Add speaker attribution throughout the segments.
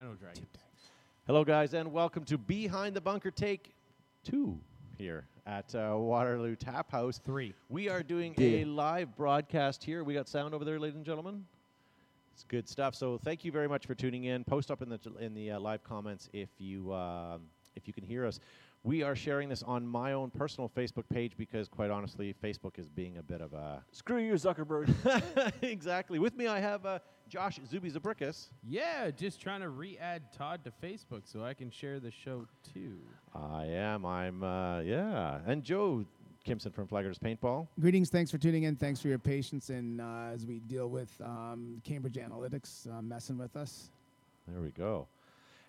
Speaker 1: Hello, Dragons. Hello, guys, and welcome to Behind the Bunker Take 2 here at uh, Waterloo Tap House.
Speaker 2: Three.
Speaker 1: We are doing a
Speaker 3: Yeah.
Speaker 1: live broadcast here. We got sound over there, ladies and gentlemen. It's good stuff. So thank you very much for tuning in. Post up in the in the uh, live comments if you um, if you can hear us. We are sharing this on my own personal Facebook page because, quite honestly, Facebook is being a bit of a
Speaker 3: Screw you, Zuckerberg.
Speaker 1: exactly. With me, I have uh, Josh Zuby Zabrickus.
Speaker 2: Yeah, just trying to re-add Todd to Facebook so I can share the show too.
Speaker 1: I am. I'm. Uh, yeah, and Joe Kimson from Flaggers Paintball.
Speaker 4: Greetings. Thanks for tuning in. Thanks for your patience and uh, as we deal with um, Cambridge Analytics uh, messing with us.
Speaker 1: There we go.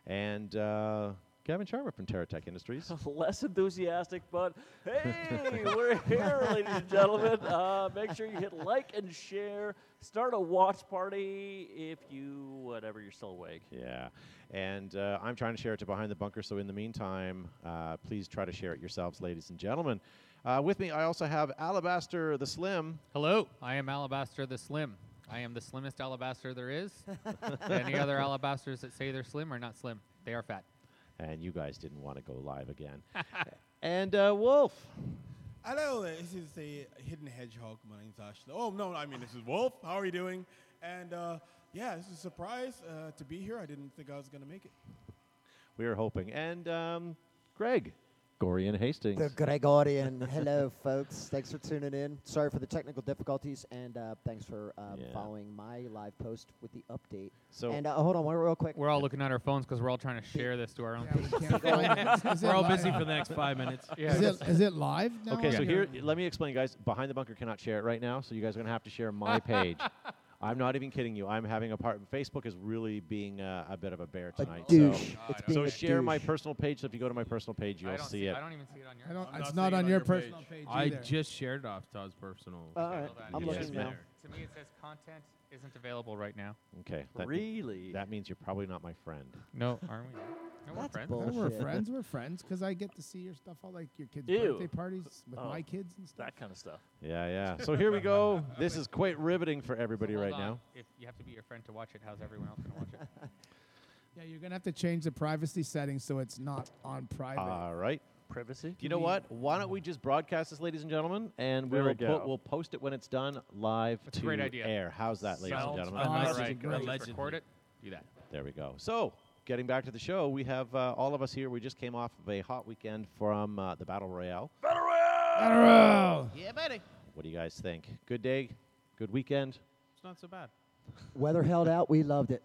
Speaker 1: And uh, Gavin Sharma from Terratech Industries.
Speaker 3: Less enthusiastic, but hey, we're here, ladies and gentlemen. Uh, make sure you hit like and share. Start a watch party if you, whatever, you're still awake.
Speaker 1: yeah, and uh, I'm trying to share it to Behind the Bunker. So in the meantime, uh, please try to share it yourselves, ladies and gentlemen. Uh, with me, I also have Alabaster the Slim.
Speaker 5: Hello, I am Alabaster the Slim. I am the slimmest Alabaster there is. Any other Alabasters that say they're slim are not slim. They are fat.
Speaker 1: And you guys didn't want to go live again. and uh, Wolf.
Speaker 6: Hello, this is the Hidden Hedgehog. My name's Ashley. Oh, no, I mean, this is Wolf. How are you doing? And uh, yeah, this is a surprise uh, to be here. I didn't think I was going to make it.
Speaker 1: We were hoping. And um, Greg. Gorian Hastings.
Speaker 7: The Gregorian. Hello, folks. Thanks for tuning in. Sorry for the technical difficulties, and uh, thanks for um,
Speaker 1: Yeah.
Speaker 7: following my live post with the update.
Speaker 1: So-
Speaker 7: and uh, hold on, one real quick.
Speaker 5: We're all looking at our phones because we're all trying to share this to our own.
Speaker 4: Yeah, we can't go in. Is it
Speaker 2: We're all
Speaker 4: live?
Speaker 2: busy for the next five minutes.
Speaker 5: Yeah.
Speaker 4: Is it, is it live now?
Speaker 1: Okay, so
Speaker 4: on
Speaker 1: here,
Speaker 4: your-
Speaker 1: let me explain, guys. Behind the Bunker cannot share it right now, so you guys are going to have to share my page. I'm not even kidding you. I'm having a part. Facebook is really being uh, a bit of a bear
Speaker 7: a
Speaker 1: tonight.
Speaker 7: douche.
Speaker 1: So,
Speaker 7: it's
Speaker 1: so
Speaker 7: being a
Speaker 1: share my
Speaker 7: douche.
Speaker 1: personal page. So if you go to my personal page,
Speaker 5: I
Speaker 1: you'll
Speaker 5: don't
Speaker 1: see it.
Speaker 5: I don't even see it on your.
Speaker 4: I don't,
Speaker 6: I'm
Speaker 4: it's
Speaker 6: not seeing
Speaker 4: not
Speaker 6: it
Speaker 4: on
Speaker 6: on
Speaker 4: your
Speaker 6: your
Speaker 4: personal
Speaker 6: page.
Speaker 4: page.
Speaker 2: I
Speaker 4: either.
Speaker 2: just shared it off Todd's personal.
Speaker 7: All right,
Speaker 5: hold on.
Speaker 7: I'm
Speaker 1: Yeah, it's
Speaker 7: looking now.
Speaker 1: better.
Speaker 5: To me, it says content isn't available right now.
Speaker 1: Okay. That,
Speaker 3: really?
Speaker 1: that means you're probably not my friend.
Speaker 5: No, aren't we? No, we're
Speaker 7: That's
Speaker 5: friends.
Speaker 4: Oh,
Speaker 7: bull-
Speaker 4: we're
Speaker 7: Bullshit.
Speaker 4: friends. We're friends because I get to see your stuff, all like your kids'
Speaker 3: Ew.
Speaker 4: birthday parties with
Speaker 3: Oh.
Speaker 4: my kids and stuff.
Speaker 3: That kind of stuff.
Speaker 1: Yeah, yeah. So here we go. This is quite riveting for
Speaker 5: So
Speaker 1: everybody
Speaker 5: hold
Speaker 1: right
Speaker 5: on.
Speaker 1: now.
Speaker 5: If you have to be your friend to watch it, how's everyone else gonna watch it?
Speaker 4: Yeah, you're gonna have to change the privacy settings so it's not on private.
Speaker 1: All right.
Speaker 3: Privacy?
Speaker 1: You know what? Why don't we just broadcast this, ladies and gentlemen, and
Speaker 3: There
Speaker 1: we'll
Speaker 3: we
Speaker 1: put,
Speaker 3: go.
Speaker 1: we'll post it when it's done live
Speaker 5: That's a
Speaker 1: to
Speaker 5: great idea.
Speaker 1: air. How's that, ladies and
Speaker 2: Sounds
Speaker 1: gentlemen?
Speaker 4: fun.
Speaker 5: All
Speaker 4: this is
Speaker 5: right,
Speaker 4: great.
Speaker 5: let's
Speaker 2: Allegedly.
Speaker 5: record it. Do that.
Speaker 1: There we go. So, getting back to the show, we have uh, all of us here. We just came off of a hot weekend from uh, the Battle Royale.
Speaker 2: Yeah, buddy.
Speaker 1: What do you guys think? Good day? Good weekend?
Speaker 2: It's not so bad.
Speaker 7: Weather held out. We loved it.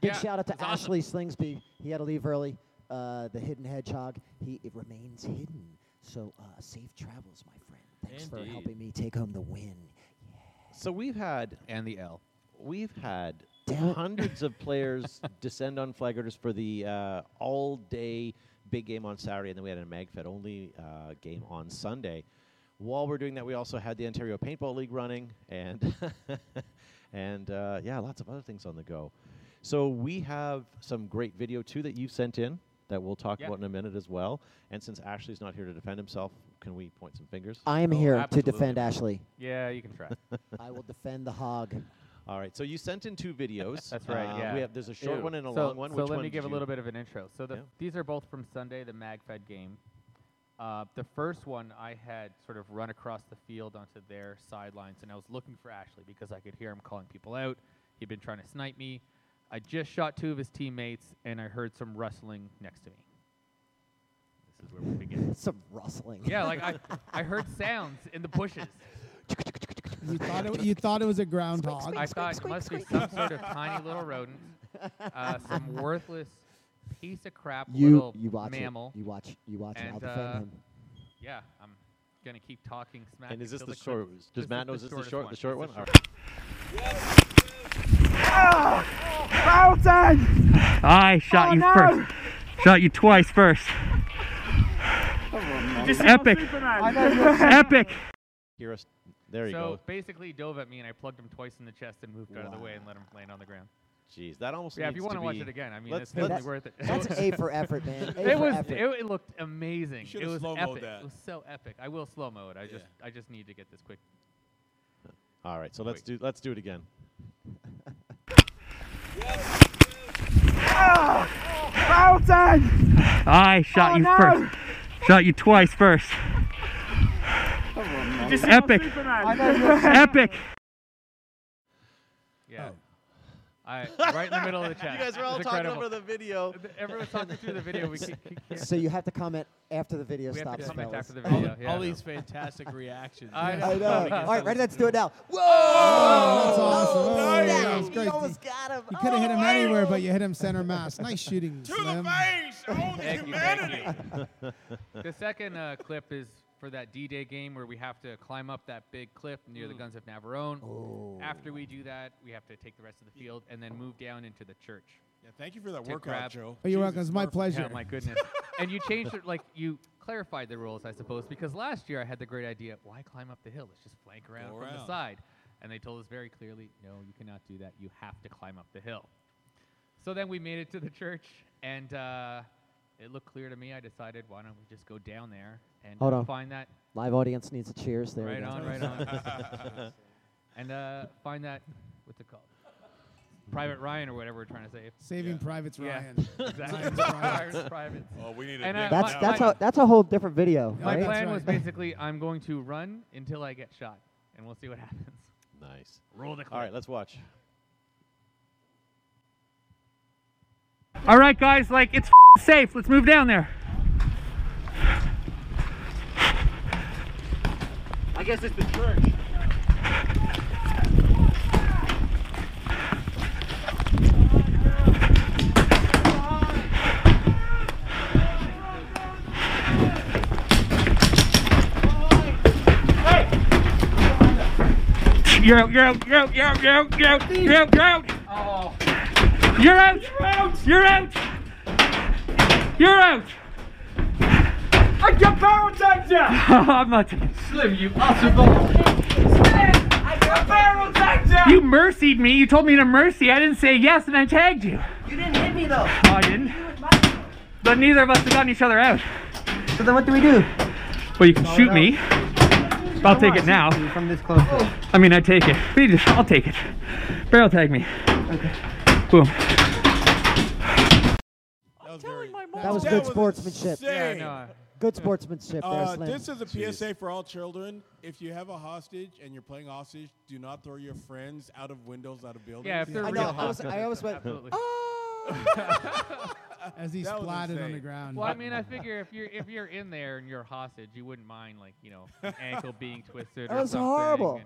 Speaker 7: Big
Speaker 5: Yeah,
Speaker 7: shout out to
Speaker 5: it's awesome.
Speaker 7: Ashley Slingsby. He had to leave early. Uh, the hidden hedgehog. He it remains hidden. So uh, safe travels, my friend. Thanks for
Speaker 2: Indeed.
Speaker 7: helping me take home the win.
Speaker 1: So we've had
Speaker 2: And the L.
Speaker 1: we've had
Speaker 7: Damn it.
Speaker 1: hundreds of players descend on flag herders for the uh, all day big game on Saturday, and then we had a MagFed only uh, game on Sunday. While we're doing that, we also had the Ontario Paintball League running, and and uh, yeah, lots of other things on the go. So we have some great video too that you sent in that we'll talk
Speaker 5: Yeah.
Speaker 1: about in a minute as well. And since Ashley's not here to defend himself, can we point some fingers?
Speaker 7: I am
Speaker 5: Oh,
Speaker 7: here
Speaker 5: absolutely.
Speaker 7: to defend Ashley.
Speaker 5: Yeah, you can try.
Speaker 7: I will defend the hog.
Speaker 1: All right. So you sent in two videos.
Speaker 5: That's right,
Speaker 1: Uh,
Speaker 5: yeah.
Speaker 1: We have, there's a short
Speaker 3: Ew.
Speaker 1: one and a
Speaker 5: so,
Speaker 1: long one.
Speaker 5: So
Speaker 1: Which
Speaker 5: let
Speaker 1: one
Speaker 5: me
Speaker 1: did
Speaker 5: give a
Speaker 1: you-
Speaker 5: little bit of an intro. So the,
Speaker 1: Yeah.
Speaker 5: these are both from Sunday, the MagFed game. Uh, the first one I had sort of run across the field onto their sidelines, and I was looking for Ashley because I could hear him calling people out. He'd been trying to snipe me. I just shot two of his teammates, and I heard some rustling next to me. This is where we begin.
Speaker 7: Some rustling.
Speaker 5: yeah, like I, I heard sounds in the bushes.
Speaker 4: You thought it, you thought it was a groundhog.
Speaker 5: I thought it must be some sort of tiny little rodent, uh, some worthless piece of crap
Speaker 7: You
Speaker 5: little
Speaker 7: you watch
Speaker 5: mammal.
Speaker 7: it. You watch you watch it. I'll
Speaker 5: And,
Speaker 7: defend
Speaker 5: uh,
Speaker 7: him.
Speaker 5: Yeah, I'm gonna keep talking smack.
Speaker 1: And is this
Speaker 5: until
Speaker 1: the
Speaker 5: clip-
Speaker 1: short?
Speaker 5: this
Speaker 1: Does
Speaker 5: is
Speaker 1: Matt know is this the
Speaker 5: shortest
Speaker 1: short? The short
Speaker 5: This
Speaker 1: one.
Speaker 5: is
Speaker 1: All
Speaker 5: short.
Speaker 1: right.
Speaker 8: I
Speaker 1: Oh,
Speaker 8: shot you first. Shot you twice first. epic. epic.
Speaker 1: Hear us. Oh, There you
Speaker 5: so
Speaker 1: go.
Speaker 5: basically, he dove at me and I plugged him twice in the chest and moved out of the way and let him land on the ground.
Speaker 1: Jeez, that almost.
Speaker 5: yeah, if
Speaker 1: needs
Speaker 5: you want to watch
Speaker 1: be-
Speaker 5: it again, I mean,
Speaker 1: let's-
Speaker 5: it's totally
Speaker 7: let's-
Speaker 5: worth it.
Speaker 7: That's A for effort, man. A
Speaker 5: it
Speaker 7: for
Speaker 5: was. It,
Speaker 7: effort.
Speaker 5: it looked amazing.
Speaker 6: should've
Speaker 5: It was
Speaker 6: slow-mo'd
Speaker 5: epic.
Speaker 6: that.
Speaker 5: It was so epic. I will slow mo it. I just, I just need to get this quick.
Speaker 1: All right, so let's do let's do it again.
Speaker 4: outside!
Speaker 8: I shot you first. Shot you twice first. Epic. Epic.
Speaker 5: Yeah. I right in the middle of the chat.
Speaker 1: You guys were all
Speaker 5: It's
Speaker 1: talking
Speaker 5: incredible.
Speaker 1: over the video.
Speaker 5: Everyone's talking through the video. We, can, we, can't,
Speaker 7: So you have to comment after the video
Speaker 5: we have to
Speaker 7: stops,
Speaker 5: comment
Speaker 7: fellas.
Speaker 5: after the video. yeah.
Speaker 2: All these fantastic reactions.
Speaker 5: I know.
Speaker 7: I know. All right, ready? Let's do it now. Whoa!
Speaker 4: that's awesome. Oh,
Speaker 7: snap.
Speaker 4: yeah, that was
Speaker 7: You
Speaker 4: great.
Speaker 7: almost got him.
Speaker 4: You could have hit him anywhere, but you hit him center mass. Nice shooting,
Speaker 6: To
Speaker 4: Slim.
Speaker 6: the face! Oh, the
Speaker 5: Thank you,
Speaker 6: humanity!
Speaker 5: thank you. the second uh, clip is for that D-Day game where we have to climb up that big cliff near
Speaker 1: Mm.
Speaker 5: the guns of Navarone.
Speaker 2: Oh.
Speaker 5: After we do that, we have to take the rest of the field and then move down into the church.
Speaker 6: Yeah, thank you for that
Speaker 5: To
Speaker 6: workout,
Speaker 5: grab-
Speaker 6: Joe.
Speaker 4: Oh, you're
Speaker 6: Jesus,
Speaker 4: welcome. It's my
Speaker 6: perfect.
Speaker 4: pleasure.
Speaker 5: Yeah, my goodness. and you changed it, like you clarified the rules, I suppose, because last year I had the great idea: why climb up the hill? Let's just flank around
Speaker 6: Go
Speaker 5: from the
Speaker 6: around.
Speaker 5: side. And they told us very clearly, no, you cannot do that. You have to climb up the hill. So then we made it to the church, and uh, it looked clear to me. I decided, why don't we just go down there and
Speaker 7: Hold
Speaker 5: uh,
Speaker 7: on.
Speaker 5: find that
Speaker 7: Live audience needs a cheers. There we
Speaker 5: right
Speaker 7: go.
Speaker 5: on, right on, and uh, find that what's it called? Private Ryan or whatever we're trying to say.
Speaker 4: Saving
Speaker 6: Yeah.
Speaker 4: Private
Speaker 5: Yeah.
Speaker 4: Ryan.
Speaker 5: Exactly. Private.
Speaker 6: Oh, we need a
Speaker 5: And, uh,
Speaker 6: name
Speaker 7: That's
Speaker 6: now.
Speaker 7: that's a that's a whole different video,
Speaker 5: My
Speaker 4: that's
Speaker 7: right?
Speaker 5: plan
Speaker 4: right.
Speaker 5: was basically I'm going to run until I get shot, and we'll see what happens.
Speaker 1: Nice.
Speaker 5: Roll the
Speaker 1: All right, let's watch.
Speaker 8: All right, guys, like it's safe. Let's move down there.
Speaker 9: I guess it's the church.
Speaker 8: You're out. You're out. You're out. You're out. You're out. You're out. You're out. You're out. You're out. You're out. You're out.
Speaker 9: I got barrel tagged down!
Speaker 8: I'm not taking.
Speaker 5: Slim, you awesome.
Speaker 9: I got barrel tagged down!
Speaker 8: You mercied me. You told me to mercy. I didn't say yes, and I tagged you.
Speaker 9: You didn't hit me though.
Speaker 8: Oh, I didn't. But neither of us have gotten each other out.
Speaker 9: So then what do we do?
Speaker 8: Well, you can shoot me. I'll take it now.
Speaker 9: From this close.
Speaker 8: I mean, I take it. We just- I'll take it. Barrel tag me. Boom.
Speaker 6: That was, very,
Speaker 7: That was good sportsmanship.
Speaker 5: Yeah,
Speaker 6: insane.
Speaker 5: no.
Speaker 7: Good sportsmanship
Speaker 6: Uh,
Speaker 7: there, Slim.
Speaker 6: this is a PSA for all children. If you have a hostage and you're playing hostage, do not throw your friends out of windows, out of buildings.
Speaker 5: Yeah, if they're
Speaker 7: I
Speaker 5: real
Speaker 7: know. I, was,
Speaker 5: hot.
Speaker 7: I always went.
Speaker 5: Absolutely.
Speaker 4: As he
Speaker 6: That was
Speaker 4: splatted on
Speaker 6: insane.
Speaker 4: the ground.
Speaker 5: Well, I mean, I figure if you're if you're in there and you're a hostage, you wouldn't mind like you know an ankle being twisted.
Speaker 7: That
Speaker 5: or
Speaker 7: was
Speaker 5: something.
Speaker 7: horrible.
Speaker 5: and-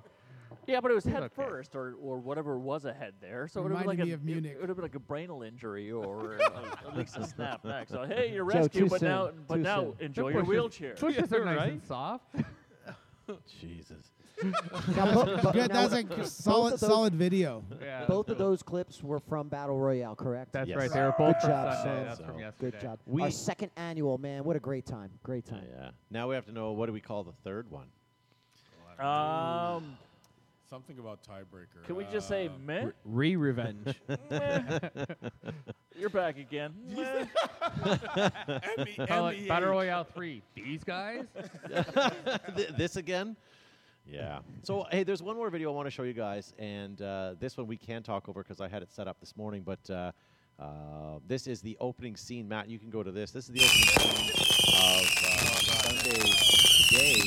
Speaker 3: Yeah, but it was head
Speaker 5: okay.
Speaker 3: first, or, or whatever was ahead there. So it would have been like
Speaker 4: Reminded
Speaker 3: a,
Speaker 4: me of Munich.
Speaker 3: It would have been like a brainal injury, or a- at least a snap back. So hey, you're
Speaker 7: Joe, too
Speaker 3: rescued, but
Speaker 7: soon.
Speaker 3: now but
Speaker 7: Too
Speaker 3: now
Speaker 7: soon.
Speaker 3: enjoy
Speaker 5: The
Speaker 3: your
Speaker 5: bushes-
Speaker 3: wheelchair.
Speaker 5: Bushes are
Speaker 2: Yeah,
Speaker 5: nice
Speaker 2: right?
Speaker 5: and soft.
Speaker 1: Jesus.
Speaker 7: Now, bo- bo-
Speaker 4: Good,
Speaker 7: now,
Speaker 4: that's a
Speaker 7: both
Speaker 4: solid,
Speaker 7: of those-
Speaker 4: solid video.
Speaker 5: Yeah.
Speaker 7: both of those clips were from Battle Royale, correct?
Speaker 5: That's
Speaker 1: Yes.
Speaker 5: right. They were both from
Speaker 7: job,
Speaker 5: Sunday.
Speaker 7: Sam.
Speaker 5: That's from
Speaker 1: So-
Speaker 5: yesterday.
Speaker 7: Good job.
Speaker 1: We-
Speaker 7: Our second annual, man. What a great time. Great time.
Speaker 1: Yeah. Now we have to know what do we call the third one?
Speaker 3: Um,
Speaker 6: Something about tiebreaker.
Speaker 3: can we just say
Speaker 6: Um,
Speaker 3: meh?
Speaker 2: Re revenge.
Speaker 3: Meh. You're back again. Meh.
Speaker 6: ME,
Speaker 5: Call it
Speaker 6: MEH.
Speaker 5: Battle Royale 3. These guys?
Speaker 1: Th- this again? Yeah. So hey, there's one more video I want to show you guys, and uh, this one we can talk over because I had it set up this morning. But uh, uh, this is the opening scene, Matt. You can go to this. This is the opening scene of uh, Sunday's day.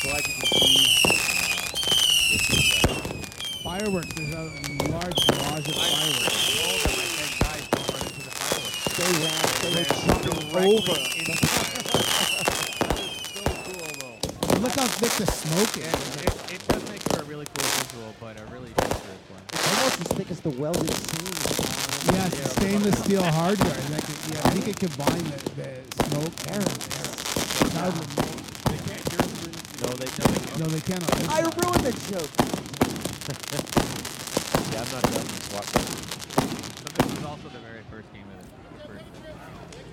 Speaker 1: So I can confuse. Uh, this is, uh,
Speaker 4: Fireworks. There's a large barrage of fireworks.
Speaker 7: They ran. They were jumping over.
Speaker 4: Look how thick the smoke
Speaker 5: It,
Speaker 4: is.
Speaker 5: it, it does make for a really cool visual, but a really dangerous one.
Speaker 7: Almost as thick as the welded seams.
Speaker 4: Yeah, it's stainless steel hardware. That could, yeah, he could combine the, the smoke air and air. That would-
Speaker 1: no, they don't.
Speaker 4: No, they cannot.
Speaker 7: I ruined the joke.
Speaker 1: Yeah, I'm not done watching.
Speaker 5: But this is also the very first game of the first.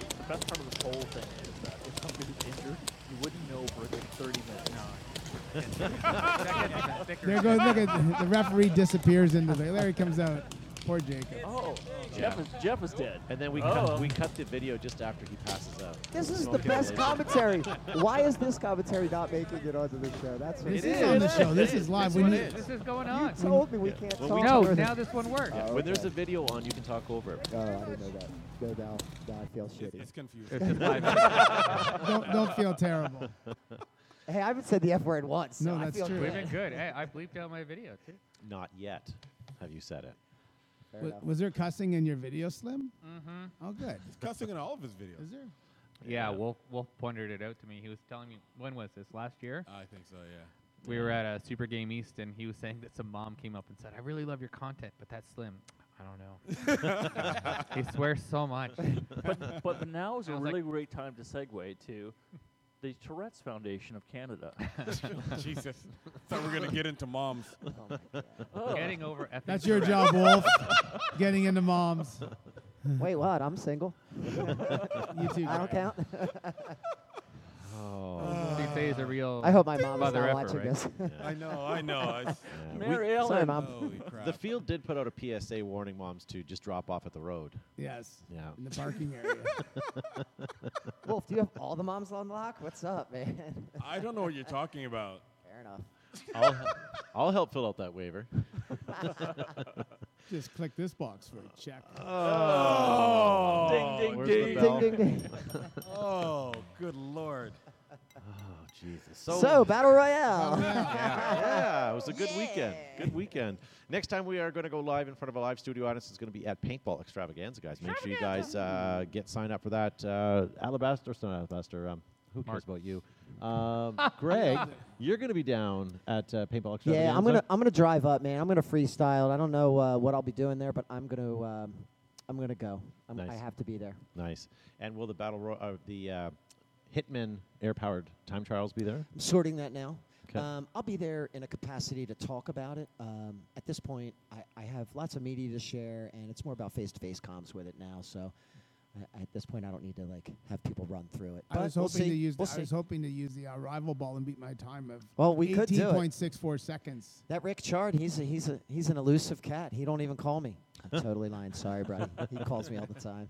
Speaker 3: The best part of this whole thing is that if somebody's injured, you wouldn't know for a good 30 minutes.
Speaker 5: That gets even thicker.
Speaker 4: There goes. Look at the referee disappears into the. There he comes out. Poor Jacob.
Speaker 3: Oh, Jeff is Jeff is dead.
Speaker 1: And then we
Speaker 3: Oh.
Speaker 1: cut, we cut the video just after he passes out.
Speaker 7: This is the
Speaker 1: Smoking
Speaker 7: best
Speaker 1: relation.
Speaker 7: commentary. Why is this commentary not making it onto the show? That's what
Speaker 4: This
Speaker 1: It
Speaker 4: is, on the
Speaker 1: is.
Speaker 4: show.
Speaker 1: It
Speaker 4: This
Speaker 1: is.
Speaker 4: is live.
Speaker 1: This
Speaker 4: We
Speaker 1: one
Speaker 4: need.
Speaker 1: is.
Speaker 5: This is going on.
Speaker 7: You told me we can't
Speaker 1: Well,
Speaker 7: talk
Speaker 1: we
Speaker 5: no,
Speaker 7: over
Speaker 5: now
Speaker 7: this. Oh,
Speaker 5: this one works.
Speaker 1: Yeah, When there's
Speaker 7: Okay.
Speaker 1: a video on, you can talk over it.
Speaker 7: Oh, I didn't know that. No, now, now I feel shitty.
Speaker 6: It's confusing.
Speaker 5: It's just live video.
Speaker 4: Don't don't feel terrible.
Speaker 7: Hey, I haven't said the F word once. so
Speaker 4: No,
Speaker 7: I
Speaker 4: that's
Speaker 7: feel
Speaker 4: true.
Speaker 5: We've
Speaker 7: good.
Speaker 5: been good. Hey, I bleeped out my video too.
Speaker 1: Not yet. Have you said it?
Speaker 7: Fair
Speaker 4: Wa-
Speaker 7: enough.
Speaker 4: was there cussing in your video, Slim? Mm-hmm. Oh, good.
Speaker 6: Cussing in all of his videos.
Speaker 4: Is there?
Speaker 5: Yeah, Wolf Wolf pointed it out to me. He was telling me when was this? Last year?
Speaker 6: I think so, yeah.
Speaker 5: We were at a Super Game East, and he was saying that some mom came up and said, "I really love your content, but that's Slim." I don't know. he swears so much.
Speaker 3: But but now is a
Speaker 5: Sounds like-
Speaker 3: really great time to segue to the Tourette's Foundation of Canada.
Speaker 6: Jesus. Thought we were going to get into moms.
Speaker 3: Oh,
Speaker 5: Getting over. effing
Speaker 4: That's your
Speaker 5: Tourette's.
Speaker 4: job, Wolf. Getting into moms.
Speaker 7: Wait, what? I'm single.
Speaker 4: You too.
Speaker 7: I don't
Speaker 4: Jacob.
Speaker 7: count.
Speaker 1: Oh.
Speaker 5: So you'd say he's a real.
Speaker 7: I hope my mom is
Speaker 5: Mother
Speaker 7: not
Speaker 5: effer,
Speaker 7: watching
Speaker 5: right?
Speaker 7: this.
Speaker 6: I know, I know. I s-
Speaker 3: Mary
Speaker 7: Sorry,
Speaker 3: Ellen.
Speaker 7: mom.
Speaker 6: holy crap.
Speaker 1: The field did put out a PSA warning moms to just drop off at the road.
Speaker 4: Yes.
Speaker 1: Yeah.
Speaker 4: In the parking area.
Speaker 7: Wolf, do you have all the moms on lock? What's up, man?
Speaker 6: I don't know what you're talking about.
Speaker 7: Fair enough.
Speaker 1: I'll, I'll help fill out that waiver.
Speaker 4: Just click this box for a check.
Speaker 1: Uh, Oh.
Speaker 3: Ding ding
Speaker 1: where's the
Speaker 3: ding.
Speaker 1: bell?
Speaker 7: Ding, ding, ding.
Speaker 6: Oh, good lord.
Speaker 1: Oh, Jesus.
Speaker 7: So, battle royale.
Speaker 1: yeah, it was a good weekend. Good weekend. Next time we are going to go live in front of a live studio audience. It's going to be at Paintball Extravaganza, guys. Make sure you guys uh, get signed up for that. Uh, Alabaster, it's not Alabaster. Um, who cares about you? Um, Greg, you're going to be down at uh, Paintball Extravaganza.
Speaker 7: Yeah, I'm gonna I'm gonna drive up, man. I'm gonna freestyle. I don't know uh, what I'll be doing there, but I'm gonna um, I'm gonna go. I'm, I
Speaker 1: Nice.
Speaker 7: have to be there.
Speaker 1: Nice. And will the battle ro- uh, the uh, Hitman air powered time trials be there?
Speaker 7: I'm sorting that now.
Speaker 1: 'Kay.
Speaker 7: Um, I'll be there in a capacity to talk about it. Um, at this point, I, I have lots of media to share, and it's more about face-to-face comms with it now. So, I, at this point, I don't need to like have people run through it.
Speaker 4: I
Speaker 7: But
Speaker 4: was
Speaker 7: we'll
Speaker 4: hoping
Speaker 7: see.
Speaker 4: to use.
Speaker 7: We'll
Speaker 4: the, I
Speaker 7: see.
Speaker 4: was hoping to use the uh, rival ball and beat my time of.
Speaker 7: Well, we could do it.
Speaker 4: 18.64 seconds.
Speaker 7: that Rick Chard, he's a, he's a, he's an elusive cat. He don't even call me. I'm totally lying. Sorry, buddy. He calls me all the time.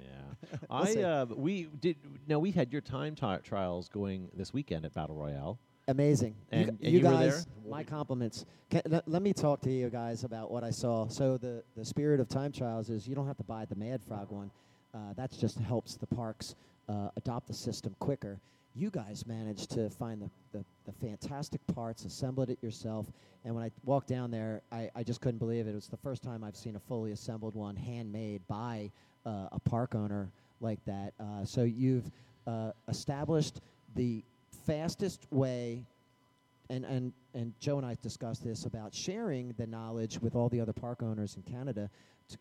Speaker 1: Yeah. I
Speaker 7: see.
Speaker 1: uh, we did now we had your time ti trials going this weekend at Battle Royale.
Speaker 7: Amazing.
Speaker 1: And-
Speaker 7: g-
Speaker 1: and you were
Speaker 7: guys,
Speaker 1: there?
Speaker 7: my compliments. Ca le- let me talk to you guys about what I saw. So the, the spirit of time trials is you don't have to buy the Mad Frog one. Uh, that just helps the parks uh, adopt the system quicker. You guys managed to find the, the, the fantastic parts, assembled it yourself. And when I walked down there, I, I just couldn't believe it. It was the first time I've seen a fully assembled one, handmade by uh, a park owner like that. Uh, so you've uh, established the fastest way and, and, and Joe and I discussed this about sharing the knowledge with all the other park owners in Canada,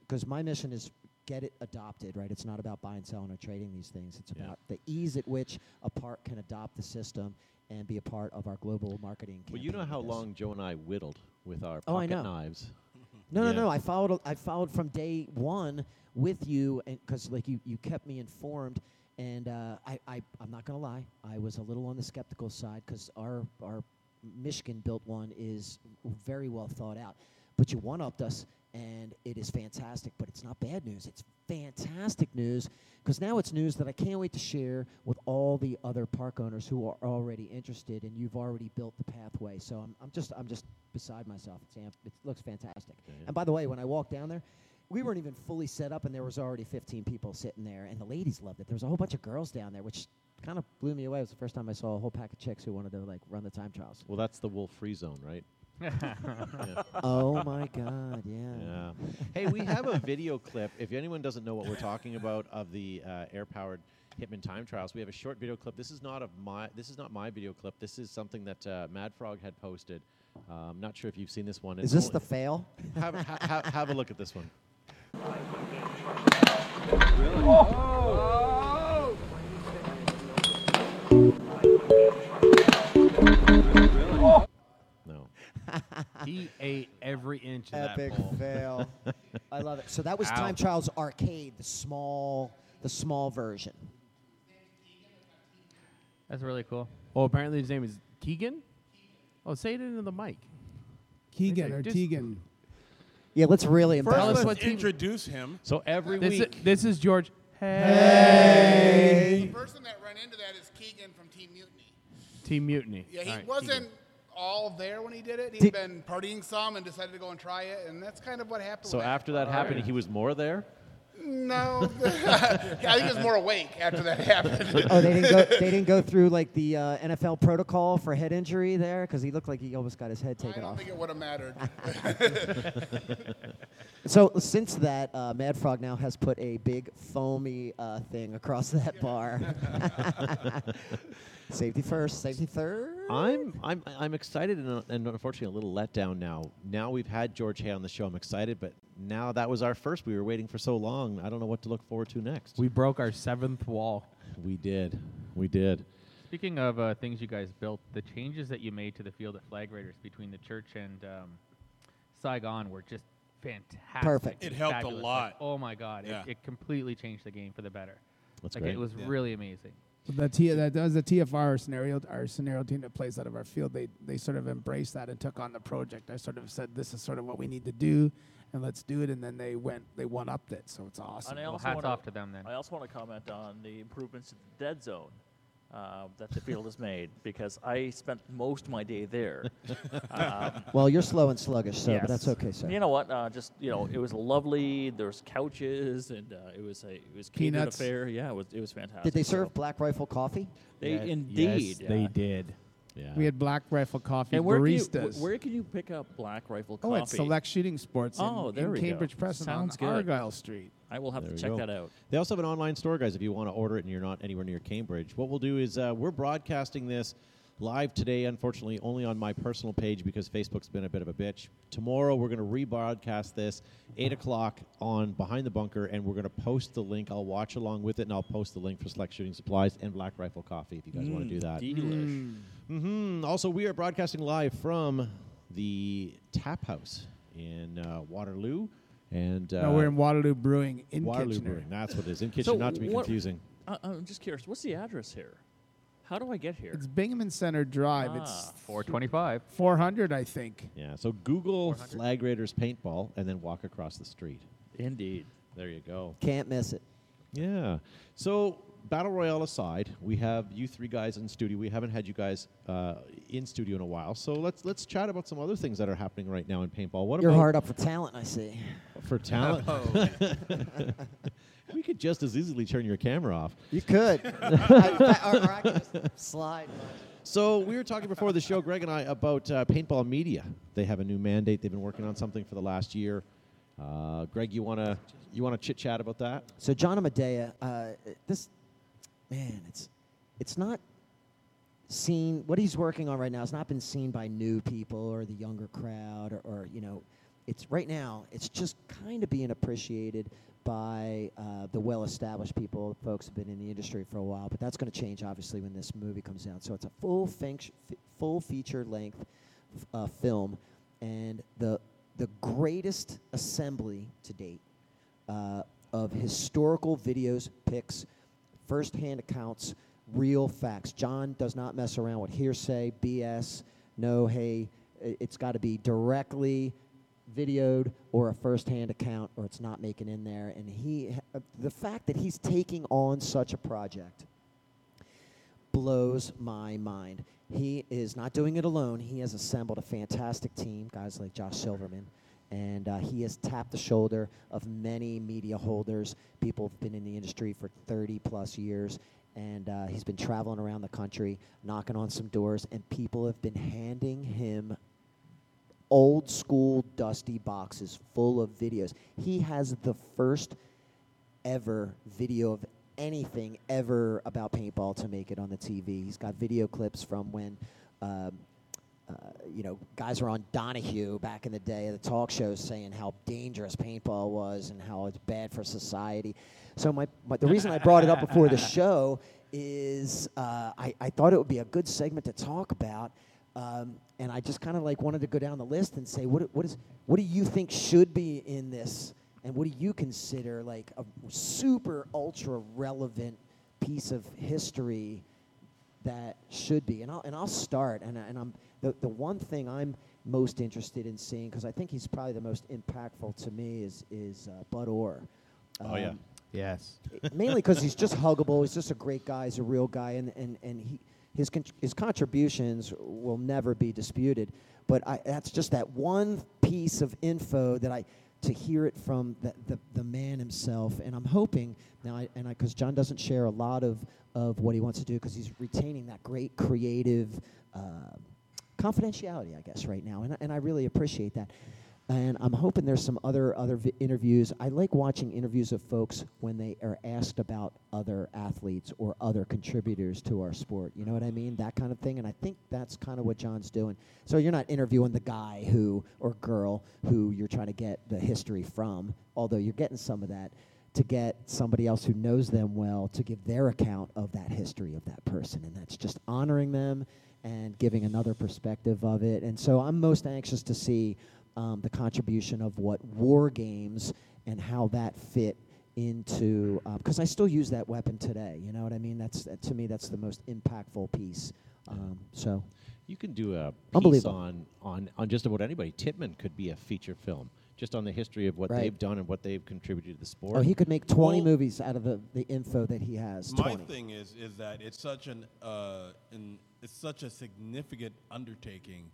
Speaker 7: because my mission is get it adopted, right? It's not about buying, selling, or trading these things. It's
Speaker 1: Yeah.
Speaker 7: about the ease at which a park can adopt the system and be a part of our global marketing campaign.
Speaker 1: Well, you know
Speaker 7: with
Speaker 1: how
Speaker 7: this.
Speaker 1: long Joe and I whittled with our
Speaker 7: Oh, I
Speaker 1: pocket
Speaker 7: know.
Speaker 1: knives.
Speaker 7: No,
Speaker 1: Yeah.
Speaker 7: no, no. I followed. I followed from day one with you, and because like you, you kept me informed. And uh, I, I, I'm not gonna lie. I was a little on the skeptical side because our our Michigan built one is very well thought out. But you one upped us, and it is fantastic. But it's not bad news. It's fantastic news because now it's news that I can't wait to share with all the other park owners who are already interested, and you've already built the pathway. So I'm, I'm just I'm just beside myself. It's amp- it looks fantastic. And by the way, when I walked down there, we weren't even fully set up, and there was already 15 people sitting there, and the ladies loved it. There was a whole bunch of girls down there, which kind of blew me away. It was the first time I saw a whole pack of chicks who wanted to like run the time trials.
Speaker 1: Well, that's the wolf free zone, right?
Speaker 7: oh my God! Yeah.
Speaker 1: Yeah. hey, we have a video clip. If anyone doesn't know what we're talking about of the uh, air-powered Hitman time trials, we have a short video clip. This is not of my. This is not my video clip. This is something that uh, Mad Frog had posted. Um, not sure if you've seen this one.
Speaker 7: Is
Speaker 1: It's
Speaker 7: this the
Speaker 1: only-
Speaker 7: fail?
Speaker 1: have, ha- ha- have a look at this one. No.
Speaker 2: He ate every inch of
Speaker 7: Epic
Speaker 2: that ball.
Speaker 7: fail. I love it. So that was
Speaker 2: Ow.
Speaker 7: Time Trials Arcade, the small, the small version.
Speaker 5: That's really cool.
Speaker 2: Oh, apparently his name is Keegan. Oh, say it into the mic.
Speaker 4: Keegan
Speaker 2: Maybe
Speaker 4: or
Speaker 2: just-
Speaker 4: Tegan.
Speaker 7: Yeah, let's really
Speaker 6: First,
Speaker 7: embarrass.
Speaker 6: let's
Speaker 7: him.
Speaker 2: what team-
Speaker 6: introduce him.
Speaker 1: So every
Speaker 2: This, i-
Speaker 1: week,
Speaker 2: this is George.
Speaker 10: The person that ran into that is Keegan from Team Mutiny.
Speaker 2: Team Mutiny.
Speaker 10: Yeah, he
Speaker 2: All right,
Speaker 10: wasn't
Speaker 2: Keegan.
Speaker 10: all there when he did it. he had
Speaker 7: Did-
Speaker 10: been partying some and decided to go and try it, and that's kind of what happened.
Speaker 1: so
Speaker 10: with
Speaker 1: after that happened, he was more there.
Speaker 10: No, I think he was more awake after that happened.
Speaker 7: Oh, they didn't go. They didn't go through like the uh, NFL protocol for head injury there because he looked like he almost got his head
Speaker 10: I
Speaker 7: taken
Speaker 10: don't
Speaker 7: off.
Speaker 10: think it would have mattered.
Speaker 7: So since that, uh, Mad Frog now has put a big foamy uh, thing across that bar. safety first, safety third.
Speaker 1: I'm I'm I'm excited and, uh, and unfortunately a little let down now. Now we've had George Hay on the show. I'm excited, but now that was our first. We were waiting for so long. I don't know what to look forward to next.
Speaker 2: We broke our seventh wall.
Speaker 1: we did, we did.
Speaker 5: Speaking of uh, things you guys built, the changes that you made to the field at Flag Raiders between the church and um, Saigon were just fantastic.
Speaker 7: Perfect.
Speaker 6: It helped a
Speaker 5: Fabulous. Like,
Speaker 6: lot.
Speaker 5: oh my God!
Speaker 6: Yeah.
Speaker 5: It, it completely changed the game for the better.
Speaker 1: That's
Speaker 5: like
Speaker 1: great.
Speaker 5: it was
Speaker 6: Yeah.
Speaker 5: really amazing.
Speaker 4: The T that does the TFR scenario, our scenario team that plays out of our field, they they sort of embraced that and took on the project. I sort of said this is sort of what we need to do, and let's do it. And then they went they one upped it, so it's awesome.
Speaker 5: Well,
Speaker 3: also
Speaker 5: hats
Speaker 3: wanna-
Speaker 5: off to them then.
Speaker 3: I also want to comment on the improvements to the dead zone uh, that the field has made because I spent most of my day there. um,
Speaker 7: Well, you're slow and sluggish, so but that's
Speaker 3: Yes.
Speaker 7: okay, sir.
Speaker 3: You know what? Uh, just you know, it was lovely. There was couches, and uh, it was a it was catered
Speaker 4: Peanuts.
Speaker 3: affair. Yeah, it was it was fantastic.
Speaker 7: Did they
Speaker 3: So
Speaker 7: serve Black Rifle coffee?
Speaker 3: They
Speaker 2: Yeah,
Speaker 3: indeed.
Speaker 2: yes, they
Speaker 3: yeah.
Speaker 2: did.
Speaker 1: Yeah.
Speaker 4: We had Black Rifle Coffee
Speaker 3: And where can, you,
Speaker 4: baristas.
Speaker 3: wh- where can you pick up Black Rifle
Speaker 4: oh,
Speaker 3: Coffee?
Speaker 4: at Select Shooting Sports. in-
Speaker 3: Oh, there
Speaker 4: in
Speaker 3: we go.
Speaker 4: Cambridge Press and
Speaker 3: Sounds
Speaker 4: on
Speaker 3: good.
Speaker 4: Argyle Street.
Speaker 3: I will have
Speaker 1: There
Speaker 3: to
Speaker 1: we
Speaker 3: check
Speaker 1: go.
Speaker 3: that out.
Speaker 1: They also have an online store, guys, if you want to order it and you're not anywhere near Cambridge. What we'll do is uh, we're broadcasting this live today, unfortunately, only on my personal page because Facebook's been a bit of a bitch. Tomorrow, we're going to rebroadcast this, 8 o'clock on Behind the Bunker, and we're going to post the link. I'll watch along with it, and I'll post the link for Select Shooting Supplies and Black Rifle Coffee if you guys want to do that.
Speaker 3: Delish.
Speaker 1: hmm Also, we are broadcasting live from the Tap House in uh, Waterloo. And uh,
Speaker 4: no, we're in Waterloo Brewing in
Speaker 1: Waterloo
Speaker 4: Kitchener.
Speaker 1: Brewing. That's what it is. In Kitchener,
Speaker 3: So
Speaker 1: not to be
Speaker 3: what-
Speaker 1: confusing.
Speaker 3: I, Uh, I'm just curious. What's the address here? How do I get here?
Speaker 4: It's Binghamton Center Drive.
Speaker 3: Ah.
Speaker 4: It's
Speaker 5: 425.
Speaker 4: 400, I think.
Speaker 1: Yeah. So Google Flag Raiders paintball and then walk across the street.
Speaker 3: Indeed.
Speaker 1: There you go.
Speaker 7: Can't miss it.
Speaker 1: Yeah. So battle royale aside, we have you three guys in studio. We haven't had you guys uh, in studio in a while. So let's let's chat about some other things that are happening right now in paintball. What
Speaker 7: You're
Speaker 1: about
Speaker 7: hard up for talent, I see.
Speaker 1: for talent? we could just as easily turn your camera off.
Speaker 7: You could. I, or, or I could just slide.
Speaker 1: So we were talking before the show, Greg and I, about uh, paintball media. They have a new mandate. They've been working on something for the last year. Uh, Greg, you wanna you wanna chit chat about that?
Speaker 7: So John Amadea, uh, this man, it's it's not seen. What he's working on right now has not been seen by new people or the younger crowd, or, or you know, it's right now. It's just kind of being appreciated by uh, the well-established people, folks who've been in the industry for a while. But that's going to change, obviously, when this movie comes out. So it's a full funct- f- full feature length f- uh, film, and the the greatest assembly to date uh, of historical videos, pics, firsthand accounts, real facts. John does not mess around with hearsay, BS. No, hey, i- it's got to be directly videoed or a firsthand account, or it's not making in there. And he, uh, the fact that he's taking on such a project blows my mind. He is not doing it alone. He has assembled a fantastic team, guys like Josh Silverman, and uh, he has tapped the shoulder of many media holders, people who've been in the industry for 30 plus years. And uh, he's been traveling around the country, knocking on some doors, and people have been handing him old school dusty boxes full of videos. He has the first ever video of anything ever about paintball to make it on the TV. He's got video clips from when, um, uh, you know, guys were on Donahue back in the day, the talk shows saying how dangerous paintball was and how it's bad for society. So my, my the reason I brought it up before the show is uh, I, I thought it would be a good segment to talk about. Um, and I just kind of like wanted to go down the list and say, what, what is, what do you think should be in this and what do you consider like a super ultra relevant piece of history that should be? And I'll and I'll start. And I- and I'm the the one thing I'm most interested in seeing because I think he's probably the most impactful to me is is uh, Bud Orr.
Speaker 1: Oh, yeah.
Speaker 7: Um,
Speaker 2: Yes.
Speaker 7: mainly because he's just huggable. He's just a great guy. He's a real guy, and and and he his con- his contributions will never be disputed. But I, that's just that one piece of info that I to hear it from the the, the man himself. And I'm hoping now, I, and because John doesn't share a lot of of what he wants to do because he's retaining that great creative. Uh, confidentiality, I guess, right now, and, I- and I really appreciate that. And I'm hoping there's some other other vi- interviews. I like watching interviews of folks when they are asked about other athletes or other contributors to our sport. You know what I mean? That kind of thing. And I think that's kind of what John's doing. So you're not interviewing the guy who or girl who you're trying to get the history from, although you're getting some of that to get somebody else who knows them well to give their account of that history of that person. And that's just honoring them and giving another perspective of it. And so I'm most anxious to see um, the contribution of what war games and how that fit into because I still use that weapon today. You know what I mean? That's that, to me that's the most impactful piece. Um, so
Speaker 1: You can do a piece
Speaker 7: Unbelievable.
Speaker 1: on, on, on just about anybody. Titman could be a feature film just on the history of what
Speaker 7: Right.
Speaker 1: they've done and what they've contributed to the sport.
Speaker 7: oh, he could make 20
Speaker 6: Well-
Speaker 7: movies out of the, the info that he has.
Speaker 6: My
Speaker 7: 20.
Speaker 6: thing is, is that it's such an, uh, an it's such a significant undertaking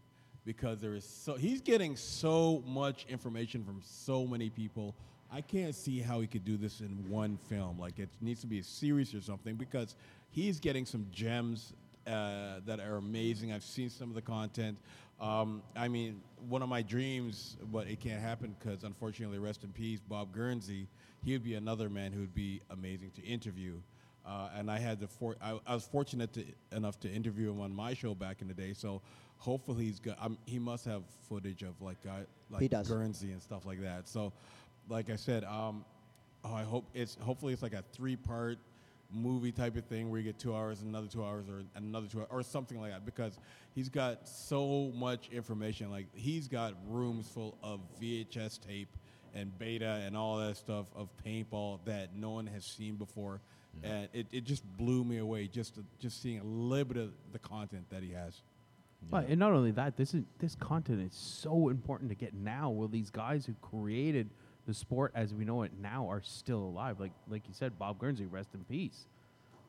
Speaker 6: because there is so he's getting so much information from so many people. I can't see how he could do this in one film. Like it needs to be a series or something because he's getting some gems uh, that are amazing. I've seen some of the content. Um, I mean, one of my dreams, but it can't happen because unfortunately, rest in peace, Bob Guernsey. He would be another man who'd be amazing to interview. Uh, and I had the for- I, I was fortunate to, enough to interview him on my show back in the day. So hopefully he's got. Um, he must have footage of like guy like
Speaker 7: He does.
Speaker 6: Guernsey and stuff like that. So, like I said, um, oh, I hope it's hopefully it's like a three part movie type of thing where you get two hours, another two hours, or another two hours, or something like that. Because he's got so much information. Like he's got rooms full of VHS tape and beta and all that stuff of paintball that no one has seen before. And it, it just blew me away just to, just seeing a little bit of the content that he has.
Speaker 2: But and not only that, this is this content is so important to get now. Well, these guys who created the sport as we know it now are still alive. Like like you said, Bob Guernsey, rest in peace.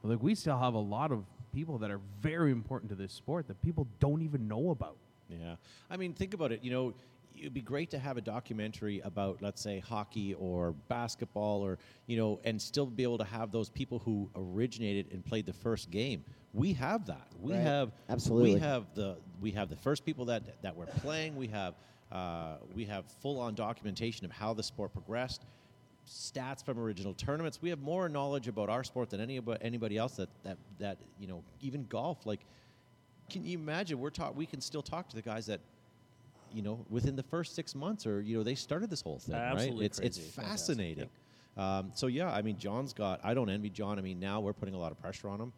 Speaker 2: But like we still have a lot of people that are very important to this sport that people don't even know about.
Speaker 7: Oh.
Speaker 1: Yeah. I mean, think about it. You know, it'd be great to have a documentary about, let's say, hockey or basketball or, you know, and still be able to have those people who originated and played the first game. We have that. We
Speaker 7: Right.
Speaker 1: have
Speaker 7: Absolutely.
Speaker 1: We have the we have the first people that that were playing. We have uh, we have full on documentation of how the sport progressed, stats from original tournaments. We have more knowledge about our sport than any abo- anybody else that that that you know even golf like can you imagine we're taught we can still talk to the guys that you know within the first six months or you know they started this whole thing right
Speaker 3: Absolutely
Speaker 1: it's
Speaker 3: crazy.
Speaker 1: it's
Speaker 3: Fantastic.
Speaker 1: fascinating um, so yeah i mean john's got i don't envy john i mean now we're putting a lot of pressure on him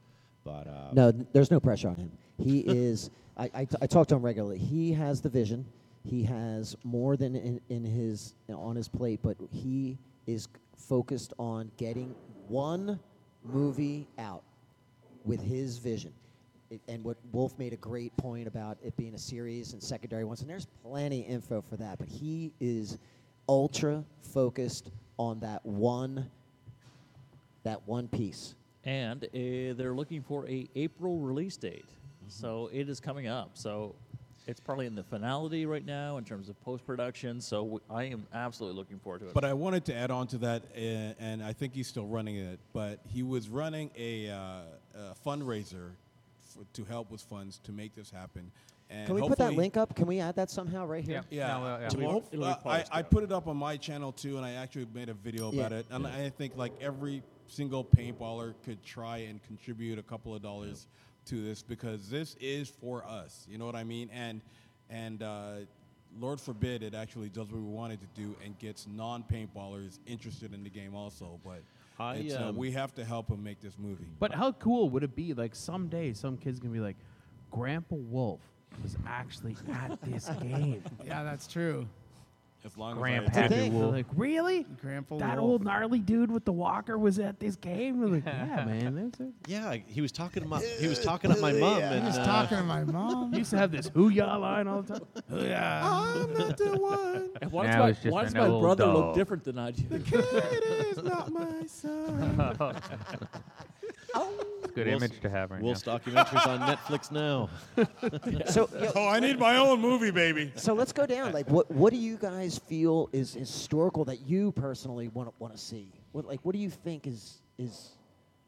Speaker 1: but uh,
Speaker 7: No, n- there's no pressure on him. He is. I, I, t- I talk to him regularly. He has the vision. He has more than in, in his on his plate, but he is c- focused on getting one movie out with his vision. It, and what Wolf made a great point about it being a series and secondary ones, and there's plenty of info for that. But he is ultra focused on that one that one piece.
Speaker 3: and uh, they're looking for a April release date. So it is coming up. So it's probably in the finality right now in terms of post production. So w- I am absolutely looking forward to it.
Speaker 6: But I wanted to add on to that, uh, and I think he's still running it. But he was running a, uh, a fundraiser f to help with funds to make this happen. And
Speaker 7: Can we put that
Speaker 6: hopefully-
Speaker 7: link up? Can we add that somehow right here?
Speaker 5: Yeah.
Speaker 6: Yeah,
Speaker 5: No, uh, yeah.
Speaker 6: to
Speaker 3: It'll be-
Speaker 6: hope-
Speaker 3: it'll be
Speaker 6: uh, I,
Speaker 3: polished
Speaker 6: I
Speaker 3: out.
Speaker 6: put it up on my channel too, and I actually made a video about
Speaker 7: Yeah.
Speaker 6: it. And I think like every single paintballer could try and contribute a couple of dollars to this because this is for us. You know what I mean? And and uh, Lord forbid it actually does what we wanted to do and gets non-paintballers interested in the game also. But
Speaker 1: I,
Speaker 6: it's, uh,
Speaker 1: um,
Speaker 6: we have to help him make this movie.
Speaker 2: But how cool would it be? Like someday, some kid's gonna be like, Grandpa Wolf was actually at this game.
Speaker 4: Yeah, that's true.
Speaker 6: as long as I
Speaker 5: Grandpappy
Speaker 6: attended.
Speaker 7: Thing.
Speaker 2: They're like, really?
Speaker 4: Grandpa
Speaker 2: That
Speaker 4: Wolf.
Speaker 2: old gnarly dude with the walker was at this game. We're like, yeah, man. That's it.
Speaker 1: Yeah, he was talking to my he was talking to my mom
Speaker 4: I
Speaker 1: and
Speaker 4: was
Speaker 1: uh,
Speaker 4: talking to my mom.
Speaker 2: He used to have this hoo-yah line all the time.
Speaker 4: I'm not the one.
Speaker 3: And why
Speaker 5: Now it's just
Speaker 3: does my, why
Speaker 5: an
Speaker 3: does my
Speaker 5: old
Speaker 3: brother look
Speaker 5: dog.
Speaker 3: different than I do?
Speaker 4: It is not my son.
Speaker 5: It's a good
Speaker 1: Wolf's-
Speaker 5: image to have right
Speaker 1: Wolf's documentaries on Netflix now.
Speaker 7: So, yo,
Speaker 6: Oh, I need my own movie, baby.
Speaker 7: so let's go down. Like, what what do you guys feel is historical that you personally want to want to see? What like what do you think is is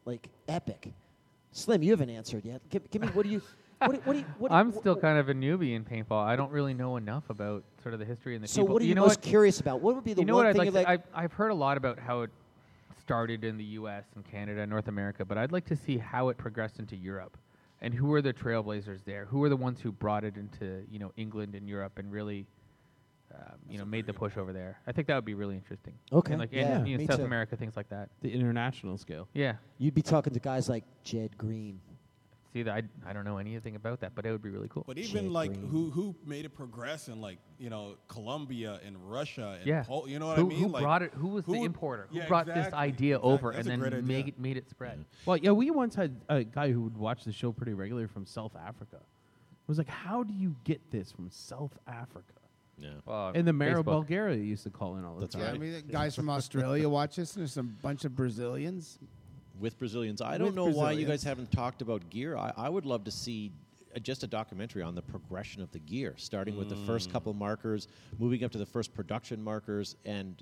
Speaker 7: like epic? Slim, you haven't answered yet. Give, give me what do you what do, what do you what
Speaker 5: now.
Speaker 7: do
Speaker 5: I'm
Speaker 7: wh-
Speaker 5: still
Speaker 7: wh-
Speaker 5: kind of a newbie in paintball. I don't really know enough about sort of the history and the
Speaker 7: So
Speaker 5: people.
Speaker 7: what are you,
Speaker 5: know
Speaker 7: most
Speaker 5: what?
Speaker 7: curious about? What would be the
Speaker 5: you know
Speaker 7: one
Speaker 5: what I'd
Speaker 7: thing
Speaker 5: like,
Speaker 7: you
Speaker 5: to-
Speaker 7: like?
Speaker 5: I, I've heard a lot about how it started in the U.S. and Canada and North America, but I'd like to see how it progressed into Europe, and who were the trailblazers there? Who were the ones who brought it into you know England and Europe and really, um, you know, made the push over there? I think that would be really interesting.
Speaker 7: Okay,
Speaker 5: and like
Speaker 7: yeah,
Speaker 5: in, you know,
Speaker 7: me
Speaker 5: South
Speaker 7: too.
Speaker 5: America, things like that.
Speaker 2: The international scale.
Speaker 5: Yeah,
Speaker 7: You'd be talking to guys like Jed Green.
Speaker 5: see that I, I don't know anything about that, but it would be really cool.
Speaker 6: But even
Speaker 7: Jake
Speaker 6: like
Speaker 7: Green.
Speaker 6: who who made it progress in like you know Colombia and Russia and
Speaker 5: yeah,
Speaker 6: Pol- you know what
Speaker 5: who,
Speaker 6: I mean?
Speaker 5: Who
Speaker 6: like,
Speaker 5: brought it? Who was the
Speaker 6: who-
Speaker 5: importer? Who
Speaker 6: yeah,
Speaker 5: brought this
Speaker 6: exactly,
Speaker 5: idea
Speaker 6: exactly.
Speaker 5: over
Speaker 6: That's a
Speaker 5: and
Speaker 6: great idea.
Speaker 5: then made made it spread?
Speaker 2: Well, yeah, we once had a guy who would watch the show pretty regularly from South Africa. I was like, how do you get this from South Africa?
Speaker 1: Yeah.
Speaker 5: Well,
Speaker 2: And the mayor
Speaker 5: Um, Facebook.
Speaker 2: of Bulgaria used to call in all the
Speaker 1: That's
Speaker 2: time.
Speaker 4: Yeah, I mean, guys from Australia watch this, and there's some bunch of Brazilians.
Speaker 1: with Brazilians. I don't
Speaker 4: With
Speaker 1: know why you
Speaker 4: Brazilians.
Speaker 1: guys haven't talked about gear. I, I would love to see uh, just a documentary on the progression of the gear, starting with the
Speaker 4: Mm.
Speaker 1: first couple markers, moving up to the first production markers, and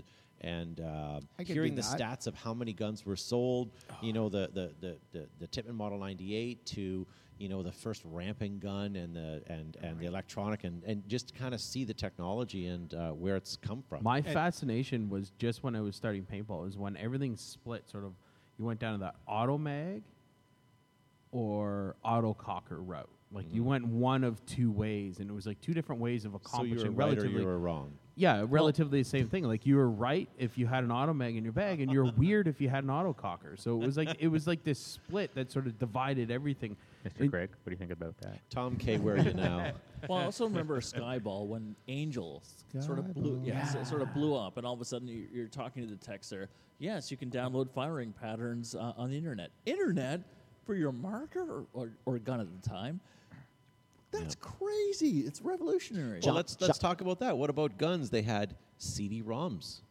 Speaker 1: and uh,
Speaker 4: I could
Speaker 1: hearing
Speaker 4: do
Speaker 1: the
Speaker 4: that.
Speaker 1: stats of how many guns were sold. You know the the, the, the the Tippmann Model 98 to you know the first ramping gun and the and, and the electronic and, and just kind of see the technology and uh, where it's come from.
Speaker 2: My fascination was just when I was starting paintball is when everything split. Sort of, you went down to that auto mag or auto cocker route. Like you went one of two ways, and it was like two different ways of
Speaker 1: so
Speaker 2: accomplishing
Speaker 1: you were right or
Speaker 2: relatively.
Speaker 1: you were wrong.
Speaker 2: yeah, relatively the same thing. Like you were right if you had an auto mag in your bag, and you're weird if you had an auto cocker. So it was like it was like this split that sort of divided everything.
Speaker 5: Mr.
Speaker 2: And-
Speaker 5: Greg, what do you think about that?
Speaker 1: Tom K, where are you now?
Speaker 3: Well, I also remember Skyball when Angel sort of blew,
Speaker 4: Skyball.
Speaker 3: yeah, so- sort of blew up, and all of a sudden you- you're talking to the texter. Yes, you can download firing patterns uh, on the internet. Internet for your marker or, or, or gun at the time. That's crazy. It's revolutionary.
Speaker 1: Well, let's let's talk about that. What about guns? They had CD-ROMs,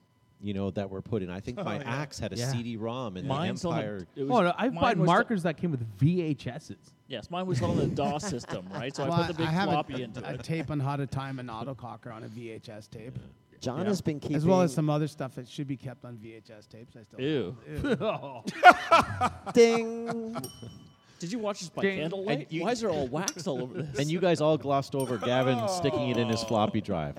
Speaker 1: you know, that were put in. I think my axe had a
Speaker 2: Yeah.
Speaker 1: CD-ROM, and
Speaker 3: Mine's
Speaker 1: the
Speaker 3: on the-
Speaker 1: Empire.
Speaker 3: it was-
Speaker 2: Oh no, I've
Speaker 3: mine
Speaker 2: bought
Speaker 3: was the-
Speaker 2: markers that came with VHSs.
Speaker 3: yes, mine was on the DOS system, right? So I
Speaker 4: Well,
Speaker 3: put the big
Speaker 4: have a-
Speaker 3: floppy into
Speaker 4: a
Speaker 3: it.
Speaker 4: tape on how to time an autococker on a VHS tape,
Speaker 7: John has been keeping
Speaker 4: as well as some other stuff that should be kept on VHS tapes. I still
Speaker 3: Ew.
Speaker 7: ding.
Speaker 3: Did you watch this by
Speaker 5: Ding.
Speaker 3: candlelight?
Speaker 1: And you-
Speaker 3: Why is there all wax all over this?
Speaker 1: and you guys all glossed over Gavin sticking it in his floppy drive.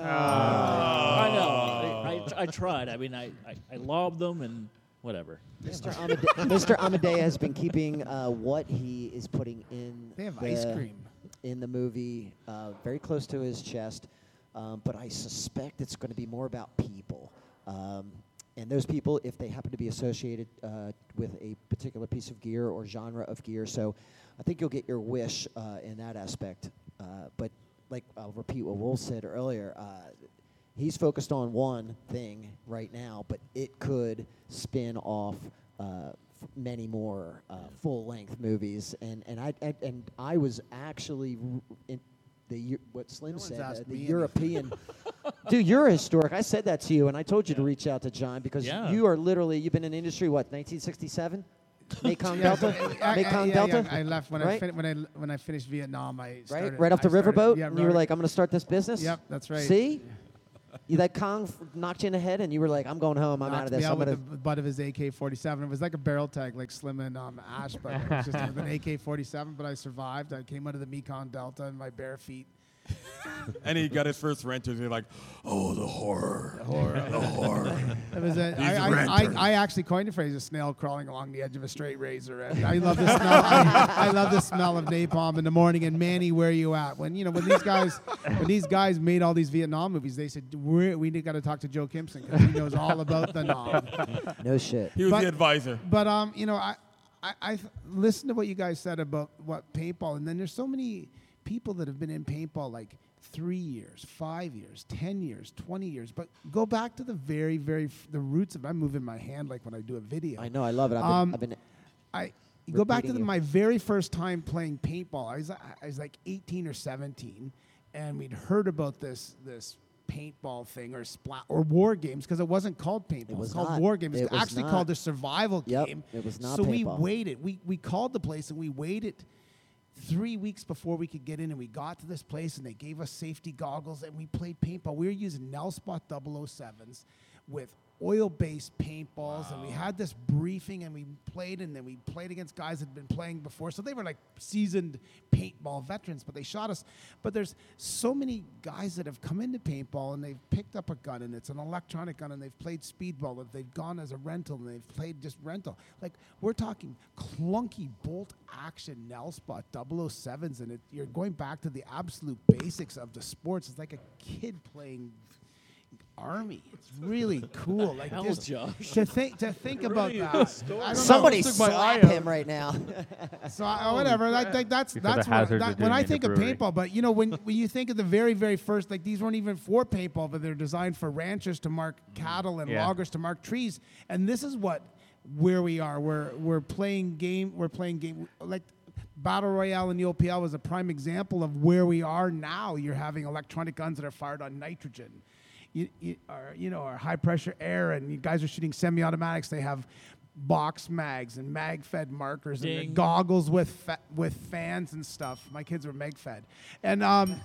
Speaker 3: I know. I, I, I tried. I mean, I, I, I lobbed them and whatever.
Speaker 7: Mr. Amade- Mr. Amadea has been keeping uh, what he is putting in.
Speaker 4: They have
Speaker 7: the,
Speaker 4: ice cream.
Speaker 7: in the movie, uh, very close to his chest. Um, but I suspect it's going to be more about people, um, and those people, if they happen to be associated uh, with a particular piece of gear or genre of gear. So, I think you'll get your wish uh, in that aspect. Uh, but like I'll repeat what Wolf said earlier. Uh, he's focused on one thing right now, but it could spin off uh, f- many more uh, full-length movies. And and I, I and I was actually r- in the Eu- what Slim
Speaker 4: one's
Speaker 7: said, uh,
Speaker 4: asked
Speaker 7: the
Speaker 4: me
Speaker 7: European. Dude, you're historic. I said that to you, and I told you to reach out to John because
Speaker 3: Yeah.
Speaker 7: you are literally you've been in the industry what 1967, Mekong
Speaker 4: Yeah,
Speaker 7: Delta,
Speaker 4: I, I- yeah,
Speaker 7: Mekong
Speaker 4: yeah,
Speaker 7: Delta.
Speaker 4: I left when I
Speaker 7: right?
Speaker 4: fin- when I when I finished Vietnam. I started,
Speaker 7: right, right off the
Speaker 4: I started-
Speaker 7: riverboat,
Speaker 4: Yeah,
Speaker 7: and you were
Speaker 4: right-
Speaker 7: like, "I'm going to start this business."
Speaker 4: Yep, that's right.
Speaker 7: See, you, that Kong f- knocked you in the head, and you were like, "I'm going home. I'm out
Speaker 4: knocked
Speaker 7: of
Speaker 4: me
Speaker 7: this. I'm
Speaker 4: with
Speaker 7: going to."
Speaker 4: the butt of his AK-47. It was like a barrel tag, like Slim and um, Ash, but it was just with an AK-47. But I survived. I came out of the Mekong Delta in my bare feet.
Speaker 6: And he got his first renters. He's like, oh, the horror.
Speaker 4: It was a, I, I, I, I actually coined the phrase "a snail crawling along the edge of a straight razor." And I love the smell. I, I love the smell of napalm in the morning. And Manny, where you at? When you know when these guys when these guys made all these Vietnam movies, they said we're, we got to talk to Joe Kimson because he knows all about the Nam.
Speaker 7: No shit.
Speaker 6: He was
Speaker 4: But-
Speaker 6: the advisor.
Speaker 4: But um, you know, I I I listened to what you guys said about what paintball, and then there's so many people that have been in paintball like three years, five years, ten years, twenty years. But go back to the very, very f- the roots of. I'm moving my hand like when I do a video.
Speaker 7: I know. I love it. I've been,
Speaker 4: Um,
Speaker 7: I've been
Speaker 4: I go back to
Speaker 7: Repeating
Speaker 4: the,
Speaker 7: you.
Speaker 4: my very first time playing paintball. I was I was like 18 or 17, and we'd heard about this this paintball thing or splat or war games because it wasn't called paintball. It
Speaker 7: was
Speaker 4: called
Speaker 7: not.
Speaker 4: war games.
Speaker 7: It
Speaker 4: It's
Speaker 7: was
Speaker 4: actually
Speaker 7: not.
Speaker 4: called a survival
Speaker 7: Yep,
Speaker 4: game.
Speaker 7: it was not
Speaker 4: So we
Speaker 7: paintball.
Speaker 4: waited. We we called the place and we waited. Three weeks before we could get in, and we got to this place, and they gave us safety goggles, and we played paintball. We were using Nelspot 007s with oil-based paintballs, and we had this briefing, and we played, and then we played against guys that had been playing before, so they were like seasoned paintball veterans, but they shot us. But there's so many guys that have come into paintball, and they've picked up a gun, and it's an electronic gun, and they've played speedball, and they've gone as a rental, and they've played just rental. Like we're talking clunky bolt action Nelspot 007s, and it, you're going back to the absolute basics of the sports. It's like a kid playing army. It's really cool. Like
Speaker 3: Hell,
Speaker 4: just
Speaker 3: Josh.
Speaker 4: to think to think about
Speaker 5: really is a
Speaker 4: that.
Speaker 5: story.
Speaker 4: I don't
Speaker 7: somebody
Speaker 4: know.
Speaker 7: slap him right now.
Speaker 4: So I, oh, whatever. I think that's
Speaker 5: Because
Speaker 4: that's
Speaker 5: the
Speaker 4: what,
Speaker 5: hazards
Speaker 4: that-
Speaker 5: of
Speaker 4: when
Speaker 5: doing it
Speaker 4: I
Speaker 5: in a
Speaker 4: think of
Speaker 5: brewery.
Speaker 4: paintball. But you know, when when you think of the very very first, like these weren't even for paintball, but they're designed for ranchers to mark cattle and
Speaker 5: Mm-hmm. Yeah.
Speaker 4: loggers to mark trees. And this is what where we are. We're we're playing game. We're playing game like. Battle Royale and the OPL was a prime example of where we are now. You're having electronic guns that are fired on nitrogen you, you, or, you know, or high pressure air, and you guys are shooting semi automatics. They have box mags and mag fed markers and
Speaker 3: Ding.
Speaker 4: and goggles with fa- with fans and stuff. My kids were mag fed, and um,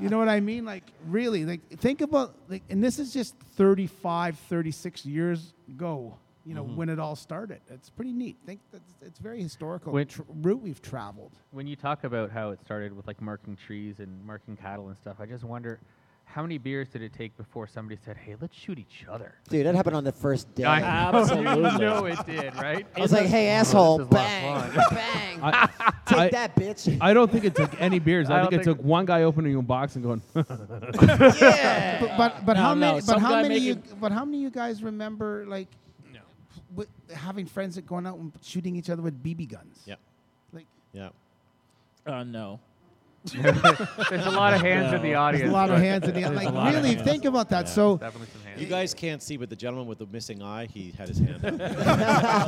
Speaker 4: you know what I mean? Like, really, like, think about, like, and this is just 35, 36 years ago. You know when it all started. It's pretty neat. Think that it's- it's very historical.
Speaker 5: When-
Speaker 4: tr- route we've traveled.
Speaker 5: when you talk about how it started with like marking trees and marking cattle and stuff, I just wonder how many beers did it take before somebody said, "Hey, let's shoot each other"?
Speaker 7: Dude, that happened on the first day. I
Speaker 3: Absolutely.
Speaker 5: Oh, you know it did, right?
Speaker 7: was like, hey,
Speaker 5: This
Speaker 7: asshole,
Speaker 5: is a lot of
Speaker 7: bang,
Speaker 5: fun.
Speaker 7: bang.
Speaker 2: I,
Speaker 7: Take
Speaker 2: I-
Speaker 7: that, bitch.
Speaker 2: I don't think it took any beers.
Speaker 5: I
Speaker 2: I, think
Speaker 5: don't
Speaker 2: it
Speaker 5: think-
Speaker 2: took one guy opening a box and going,
Speaker 7: yeah.
Speaker 4: But but, but
Speaker 3: No,
Speaker 4: how
Speaker 3: no,
Speaker 4: many? But
Speaker 3: some
Speaker 4: how
Speaker 3: guy
Speaker 4: many? You,
Speaker 3: making-
Speaker 4: but how many you guys remember like? No. having friends that going out and shooting each other with BB guns.
Speaker 1: Yeah.
Speaker 4: Like
Speaker 1: Yeah.
Speaker 3: Uh, no.
Speaker 5: There's a lot of hands in the
Speaker 4: there's
Speaker 5: audience.
Speaker 4: a lot of
Speaker 5: but
Speaker 4: hands in the
Speaker 5: there's a
Speaker 4: like.
Speaker 5: lot of
Speaker 4: Really
Speaker 5: hands.
Speaker 4: think about that. So
Speaker 5: Definitely some hands.
Speaker 1: You guys can't see, but the gentleman with the missing eye, he had his hand up.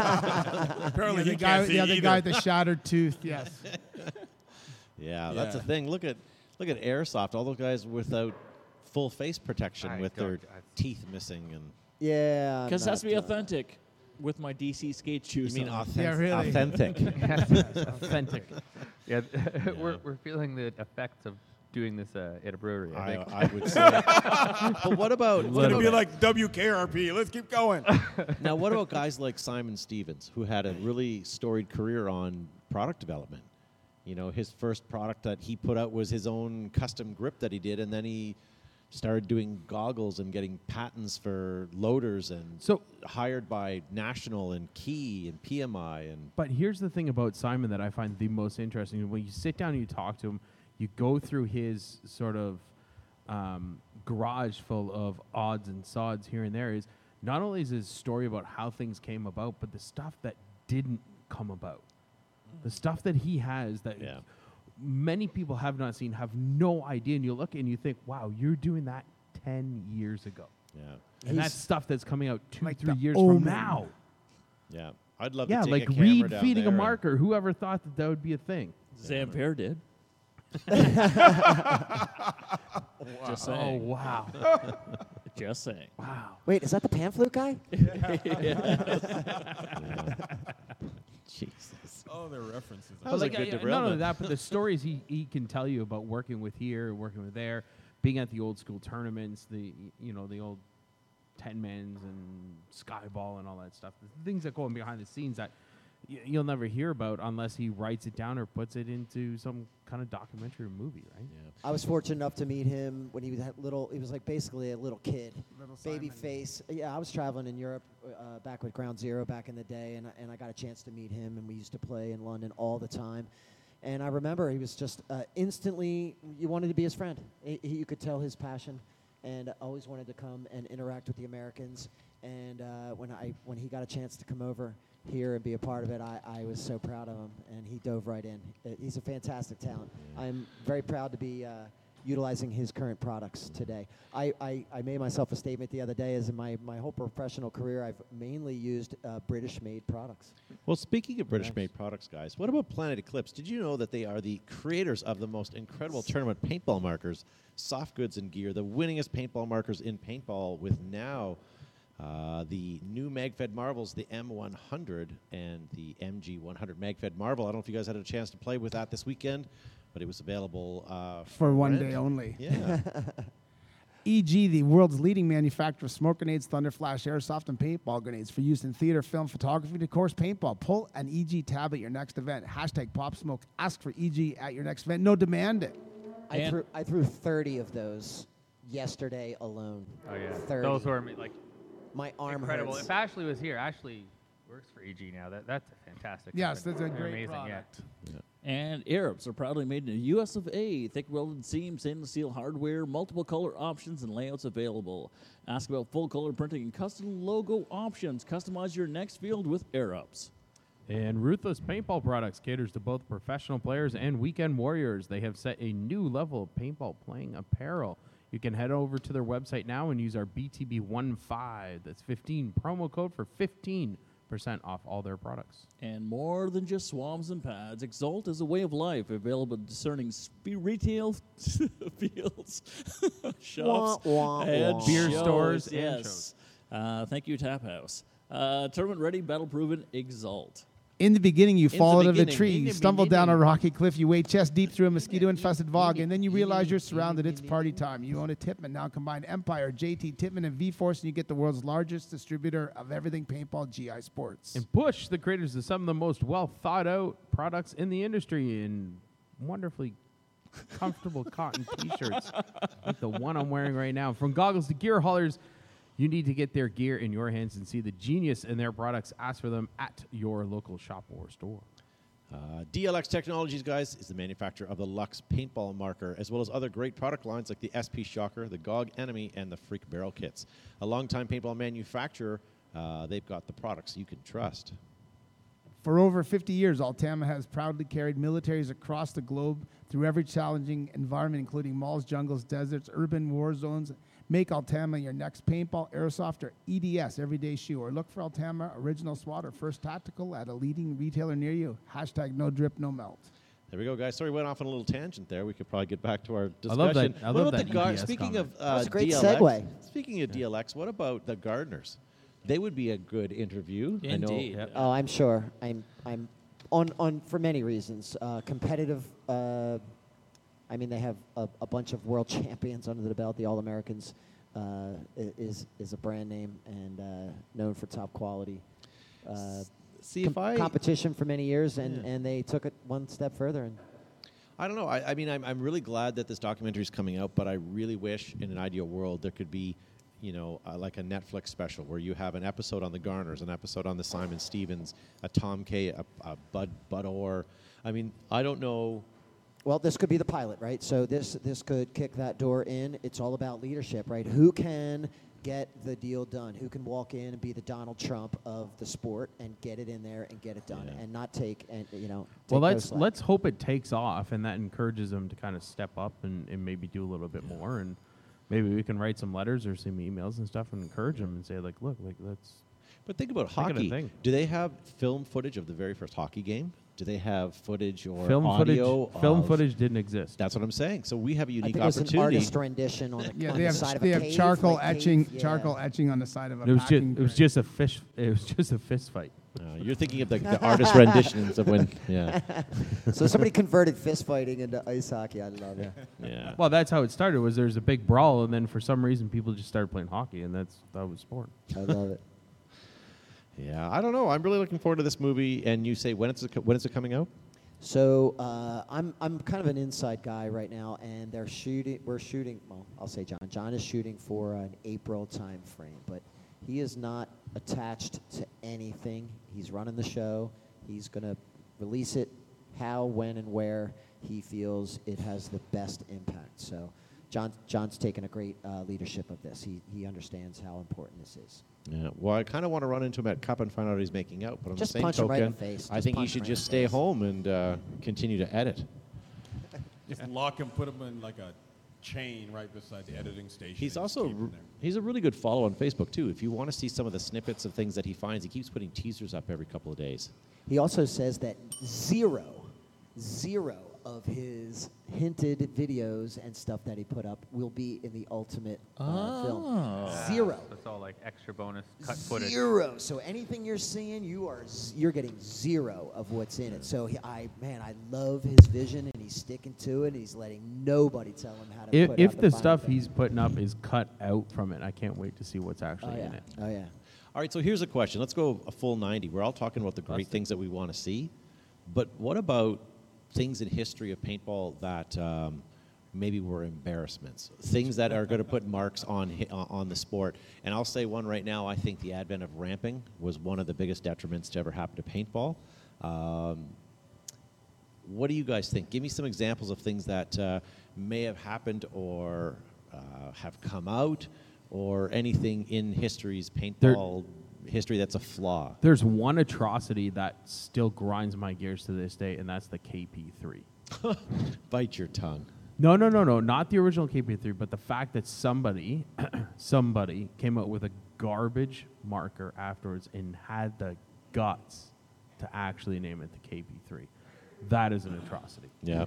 Speaker 6: Apparently,
Speaker 4: the
Speaker 6: he
Speaker 4: guy,
Speaker 6: can't see
Speaker 4: the other
Speaker 6: either.
Speaker 4: guy with the shattered tooth. Yes.
Speaker 1: Yeah, that's the
Speaker 6: Yeah.
Speaker 1: thing. Look at look at airsoft. All those guys without full face protection,
Speaker 5: I
Speaker 1: with their
Speaker 5: don't- I-
Speaker 1: teeth missing, and
Speaker 7: Yeah. I'm
Speaker 3: Because it has to
Speaker 7: not
Speaker 3: be
Speaker 7: doing that.
Speaker 3: authentic with my DC skate
Speaker 1: you
Speaker 3: shoes.
Speaker 1: mean
Speaker 3: on.
Speaker 1: authentic?
Speaker 4: Yeah, really.
Speaker 1: Authentic.
Speaker 5: authentic. Yeah,
Speaker 1: Yeah.
Speaker 5: We're, we're feeling the effects of doing this uh, at a brewery. I
Speaker 1: I,
Speaker 5: think.
Speaker 1: I would say. but what about
Speaker 6: It's gonna be like WKRP. Let's keep going.
Speaker 1: now? What about guys like Simon Stevens, who had a really storied career on product development? You know, his first product that he put out was his own custom grip that he did, and then he started doing goggles and getting patents for loaders and
Speaker 2: So-
Speaker 1: hired by National and Key and PMI and
Speaker 2: But here's the thing about Simon that I find the most interesting. When you sit down and you talk to him, you go through his sort of um, garage full of odds and sods here and there. Is not only is his story about how things came about, but the stuff that didn't come about, the stuff that he has that
Speaker 1: Yeah.
Speaker 2: many people have not seen, have no idea, and you look and you think, "Wow, you're doing that ten years ago,"
Speaker 1: yeah.
Speaker 2: and that's
Speaker 7: He's-
Speaker 2: stuff that's coming out two,
Speaker 4: Like
Speaker 2: three
Speaker 4: the
Speaker 2: years
Speaker 4: Omen.
Speaker 2: from now.
Speaker 1: Yeah, I'd love
Speaker 2: Yeah,
Speaker 1: to take
Speaker 2: like
Speaker 1: a camera
Speaker 2: Reed
Speaker 1: down
Speaker 2: feeding
Speaker 1: there
Speaker 2: a
Speaker 1: and-
Speaker 2: marker. Whoever thought that that would be a thing?
Speaker 3: Zampere did. Just
Speaker 2: Oh
Speaker 3: saying.
Speaker 2: wow,
Speaker 3: Just saying.
Speaker 2: wow.
Speaker 7: Wait, is that the pan flute guy?
Speaker 1: Jesus.
Speaker 6: oh, their references.
Speaker 1: That was a
Speaker 2: Like,
Speaker 1: good
Speaker 2: I- I- Not only
Speaker 1: derailment.
Speaker 2: that, but the stories he, he can tell you about working with here, working with there, being at the old school tournaments, the y- you know the old ten mans and skyball and all that stuff. The things that go on behind the scenes that y- you'll never hear about unless he writes it down or puts it into some kind of documentary or movie, right?
Speaker 7: I was fortunate enough to meet him when he was that little. He was like basically a little kid,
Speaker 4: Little
Speaker 7: baby
Speaker 4: Simon.
Speaker 7: face. Yeah, I was traveling in Europe uh, back with Ground Zero back in the day, and I- and I got a chance to meet him, and we used to play in London all the time. And I remember he was just uh, instantly you wanted to be his friend. He, he- you could tell his passion, and always wanted to come and interact with the Americans. And uh, when I when he got a chance to come over here and be a part of it, I, I was so proud of him, and he dove right in. Uh, He's a fantastic talent. I'm very proud to be uh, utilizing his current products today. I, I, I made myself a statement the other day, as in my, my whole professional career, I've mainly used uh, British made products.
Speaker 1: Well, speaking of British made products, guys, what about Planet Eclipse? Did you know that they are the creators of the most incredible tournament paintball markers, soft goods and gear, the winningest paintball markers in paintball with now uh, the new MagFed Marvels, the M100 and the MG100 MagFed Marvel. I don't know if you guys had a chance to play with that this weekend, but it was available uh,
Speaker 4: For one
Speaker 1: rent.
Speaker 4: day only.
Speaker 1: Yeah.
Speaker 4: EG, the world's leading manufacturer of smoke grenades, thunder flash, airsoft, and paintball grenades for use in theater, film, photography, and of course, paintball. Pull an EG tab at your next event. Hashtag pop smoke. Ask for EG at your next event. No, demand it.
Speaker 7: I
Speaker 3: And-
Speaker 7: threw, I threw 30 of those yesterday alone.
Speaker 5: Oh yeah,
Speaker 7: 30.
Speaker 5: those were ama- like
Speaker 7: My arm
Speaker 5: incredible.
Speaker 7: hurts.
Speaker 5: If Ashley was here, Ashley works for EG now. That that's a fantastic.
Speaker 4: Yes,
Speaker 5: company.
Speaker 4: that's a
Speaker 5: They're
Speaker 4: great
Speaker 5: amazing,
Speaker 4: product.
Speaker 3: And Arabs are proudly made in the U.S. of A. Thick welded seam, stainless steel hardware, multiple color options and layouts available. Ask about full color printing and custom logo options. Customize your next field with Arabs.
Speaker 2: And Ruthless Paintball Products caters to both professional players and weekend warriors. They have set a new level of paintball playing apparel. You can head over to their website now and use our BTB15, that's 15, promo code for 15% off all their products.
Speaker 3: And more than just swabs and pads, Exalt is a way of life available at discerning sp- retail fields, shops,
Speaker 7: wah,
Speaker 3: and
Speaker 7: wah.
Speaker 2: Beer
Speaker 3: shows,
Speaker 2: stores and
Speaker 3: Yes. Uh, thank you, Tap House. Uh, tournament ready, battle proven, Exalt.
Speaker 4: In the beginning, you
Speaker 1: the
Speaker 4: fall out of a
Speaker 1: beginning.
Speaker 4: tree.
Speaker 1: In
Speaker 4: You
Speaker 1: the
Speaker 4: stumble down a
Speaker 1: beginning.
Speaker 4: rocky cliff. You wade chest deep through a mosquito infested bog, and then you realize you're surrounded. It's party time. You own a Tippmann, now combined Empire, JT Tippmann, and V Force, and you get the world's largest distributor of everything paintball GI sports.
Speaker 2: And Bush, the creators of some of the most well thought out products in the industry in wonderfully comfortable cotton t shirts like the one I'm wearing right now. From goggles to gear haulers, you need to get their gear in your hands and see the genius in their products. Ask for them at your local shop or store.
Speaker 1: Uh, DLX Technologies, guys, is the manufacturer of the Lux paintball marker, as well as other great product lines like the SP Shocker, the GOG Enemy, and the Freak Barrel Kits. A longtime paintball manufacturer, uh, they've got the products you can trust.
Speaker 4: For over 50 years, Altama has proudly carried militaries across the globe through every challenging environment, including malls, jungles, deserts, urban war zones. Make Altama your next paintball, airsoft, or EDS everyday shoe, or look for Altama Original SWAT or First Tactical at a leading retailer near you. Hashtag no drip, no melt.
Speaker 1: There we go, guys. Sorry, we went off on a little tangent there. We could probably get back to our
Speaker 2: I
Speaker 1: discussion.
Speaker 2: love that- I
Speaker 1: What
Speaker 2: love
Speaker 1: about
Speaker 2: that
Speaker 1: the gar-
Speaker 2: EPS
Speaker 1: Speaking
Speaker 2: comment.
Speaker 1: of uh,
Speaker 7: was a great
Speaker 1: DLX,
Speaker 7: segue.
Speaker 1: Speaking of DLX, what about the gardeners? They would be a good interview.
Speaker 3: Indeed.
Speaker 1: I know.
Speaker 7: Oh, I'm sure. I'm I'm on on for many reasons. Uh, competitive. Uh, I mean, they have a, a bunch of world champions under the belt. The All Americans uh, i- is is a brand name and uh, known for top quality. Uh,
Speaker 1: See
Speaker 7: com-
Speaker 1: if I
Speaker 7: competition for many years, and,
Speaker 1: Yeah.
Speaker 7: and they took it one step further. And
Speaker 1: I don't know. I, I mean, I'm, I'm really glad that this documentary is coming out, but I really wish in an ideal world there could be, you know, uh, like a Netflix special where you have an episode on the Garners, an episode on the Simon Stevens, a Tom Kay, a, a Bud Bud Orr. I mean, I don't know.
Speaker 7: Well, this could be the pilot, right? So this this could kick that door in. It's all about leadership, right? Who can get the deal done? Who can walk in and be the Donald Trump of the sport and get it in there and get it done
Speaker 1: Yeah.
Speaker 7: and not take and you know. Take
Speaker 2: Well,
Speaker 7: no
Speaker 2: let's
Speaker 7: slack.
Speaker 2: let's hope it takes off, and that encourages them to kind of step up and, and maybe do a little bit more, and maybe we can write some letters or some emails and stuff and encourage them and say like, look, like let's.
Speaker 1: But think about
Speaker 2: Think of the
Speaker 1: hockey.
Speaker 2: thing.
Speaker 1: Do they have film footage of the very first hockey game? Do they have footage or
Speaker 2: Film footage,
Speaker 1: audio?
Speaker 2: film
Speaker 1: of-
Speaker 2: footage didn't exist.
Speaker 1: That's what I'm saying. So we have a
Speaker 7: I
Speaker 1: unique
Speaker 7: think it was an
Speaker 1: opportunity.
Speaker 7: artist rendition on the,
Speaker 4: Yeah,
Speaker 7: on
Speaker 4: they
Speaker 7: the
Speaker 4: have
Speaker 7: side of
Speaker 4: they
Speaker 7: a
Speaker 4: have
Speaker 7: cave,
Speaker 4: charcoal
Speaker 7: like cave,
Speaker 4: etching
Speaker 7: yeah.
Speaker 4: charcoal etching on the side of a.
Speaker 2: It was just
Speaker 4: packing
Speaker 2: it was
Speaker 4: train.
Speaker 2: just a fish. It was just a fist fight.
Speaker 1: Uh, you're thinking of the, the artist renditions of when, yeah,
Speaker 7: so somebody converted fist fighting into ice hockey. I love it.
Speaker 1: yeah.
Speaker 2: Well, that's how it started. Was there's a big brawl, and then for some reason people just started playing hockey, and that's that was sport.
Speaker 7: I love it.
Speaker 1: Yeah, I don't know. I'm really looking forward to this movie. And you say when it's when is it coming out?
Speaker 7: So uh, I'm I'm kind of an inside guy right now, and they're shooting. We're shooting. Well, I'll say John. John is shooting for an April time frame, but he is not attached to anything. He's running the show. He's gonna release it how, when, and where he feels it has the best impact. So John John's taken a great uh, leadership of this. He he understands how important this is.
Speaker 1: Yeah. Well, I kind of want to run into him at Cup and find out what he's making out. But on
Speaker 7: Just
Speaker 1: the same
Speaker 7: punch him
Speaker 1: token,
Speaker 7: right in the face.
Speaker 1: I
Speaker 7: Just
Speaker 1: think he
Speaker 7: punch him
Speaker 1: should
Speaker 7: right in
Speaker 1: just
Speaker 7: the
Speaker 1: stay
Speaker 7: face.
Speaker 1: home and uh, continue to edit.
Speaker 6: Just lock him, put him in like a chain right beside the editing station.
Speaker 1: He's
Speaker 6: and just
Speaker 1: also
Speaker 6: keep it
Speaker 1: r-
Speaker 6: there.
Speaker 1: he's a really good follow on Facebook too. If you want to see some of the snippets of things that he finds, he keeps putting teasers up every couple of days.
Speaker 7: He also says that zero, zero of his hinted videos and stuff that he put up will be in the ultimate uh,
Speaker 2: Oh.
Speaker 7: film. Zero.
Speaker 5: That's all like extra bonus cut footage.
Speaker 7: Zero. So anything you're seeing, you are z- you're getting zero of what's in it. So he, I man, I love his vision, and he's sticking to it. And he's letting nobody tell him how to.
Speaker 2: If,
Speaker 7: put out
Speaker 2: if the
Speaker 7: final
Speaker 2: stuff
Speaker 7: thing.
Speaker 2: he's putting up is cut out from it, I can't wait to see what's
Speaker 7: oh
Speaker 2: actually
Speaker 7: yeah,
Speaker 2: in it.
Speaker 7: oh yeah.
Speaker 1: All right, so here's a question. Let's go a full 90. We're all talking about the great things that we want to see, but what about things in history of paintball that um, maybe were embarrassments? Things that are going to put marks on hi- on on the sport. And I'll say one right now. I think the advent of ramping was one of the biggest detriments to ever happen to paintball. Um, what do you guys think? Give me some examples of things that uh, may have happened or uh, have come out, or anything in history's paintball history that's a flaw.
Speaker 2: There's one atrocity that still grinds my gears to this day, and that's the KP3.
Speaker 1: Bite your tongue.
Speaker 2: No, no, no, no, not the original KP3, but the fact that somebody, somebody came up with a garbage marker afterwards and had the guts to actually name it the KP3. That is an atrocity,
Speaker 1: Yeah.